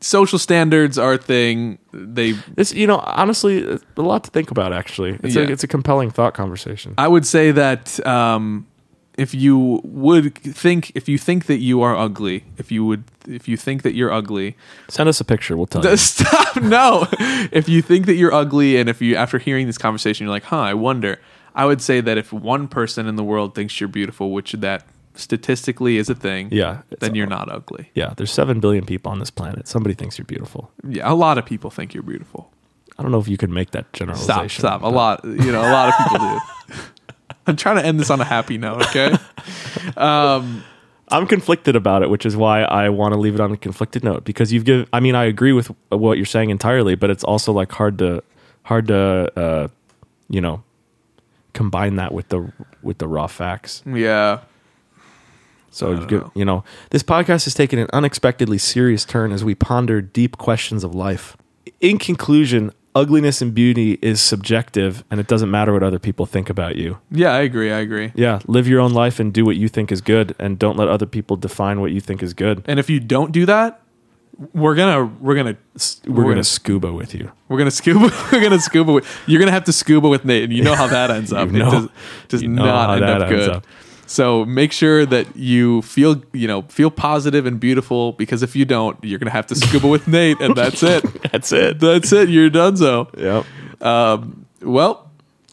Speaker 2: social standards are a thing. They,
Speaker 1: It's you know honestly it's a lot to think about. Actually, it's
Speaker 2: Yeah.
Speaker 1: a, it's a compelling thought conversation.
Speaker 2: I would say that um, if you would think, if you think that you are ugly, if you would, if you think that you're ugly,
Speaker 1: Send us a picture. We'll tell you.
Speaker 2: Stop! No. if you think that you're ugly, and if you after hearing this conversation, you're like, "Huh, I wonder." I would say that if one person in the world thinks you're beautiful, which that statistically is a thing,
Speaker 1: Yeah, it's
Speaker 2: then you're not ugly.
Speaker 1: Yeah, there's seven billion people on this planet. Somebody thinks you're beautiful.
Speaker 2: Yeah, a lot of people think you're beautiful.
Speaker 1: I don't know if you can make that
Speaker 2: Stop!
Speaker 1: generalization.
Speaker 2: Stop! A lot, you know, a lot of people do. I'm trying to end this on a happy note, okay?
Speaker 1: I'm conflicted about it, which is why I want to leave it on a conflicted note because you've given. I mean, I agree with what you're saying entirely, but it's also like hard to hard to uh, you know combine that with the with the raw facts.
Speaker 2: Yeah.
Speaker 1: So you,
Speaker 2: know.
Speaker 1: give, you know, this podcast has taken an unexpectedly serious turn as we ponder deep questions of life. In conclusion, ugliness and beauty is subjective, and it doesn't matter what other people think about you.
Speaker 2: Yeah, I agree. I agree.
Speaker 1: Yeah, live your own life and do what you think is good, and don't let other people define what you think is good.
Speaker 2: And if you don't do that, we're gonna we're gonna
Speaker 1: We're,
Speaker 2: We're
Speaker 1: gonna,
Speaker 2: gonna-
Speaker 1: scuba with you.
Speaker 2: We're gonna scuba. We're gonna scuba. With, you're gonna have to scuba with Nate, and you know how that ends up.
Speaker 1: know-
Speaker 2: it does, does
Speaker 1: you know
Speaker 2: not
Speaker 1: how
Speaker 2: end
Speaker 1: that
Speaker 2: up
Speaker 1: ends
Speaker 2: good.
Speaker 1: up.
Speaker 2: So make sure that you feel you know feel positive and beautiful because if you don't, you're gonna have to scuba with Nate, and that's it.
Speaker 1: That's it.
Speaker 2: That's it. You're donezo.
Speaker 1: Yep.
Speaker 2: Um, well,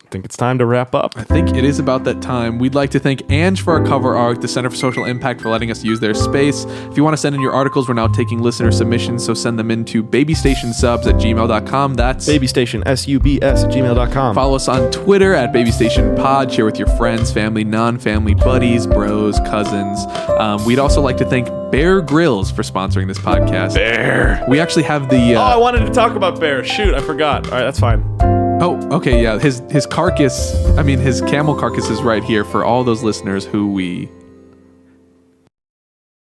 Speaker 1: I think it's time to wrap up.
Speaker 2: I think it is about that time. We'd like to thank Ange for our cover art, the Center for Social Impact for letting us use their space. If you want to send in your articles, we're now taking listener submissions, so send them in to babystationsubs at gmail.com. That's
Speaker 1: Babystation, S U B S, at gmail.com.
Speaker 2: Follow us on Twitter at Baby Station Pod. Share with your friends, family, non family, buddies, bros, cousins. Um, we'd also like to thank Bear Grylls for sponsoring this podcast. Bear. We actually have the.
Speaker 1: Oh, I
Speaker 2: Uh,
Speaker 1: wanted to talk about Bear. Shoot, I forgot. All right, that's fine.
Speaker 2: oh, okay. Yeah. His, his carcass, I mean, his camel carcass is right here for all those listeners who we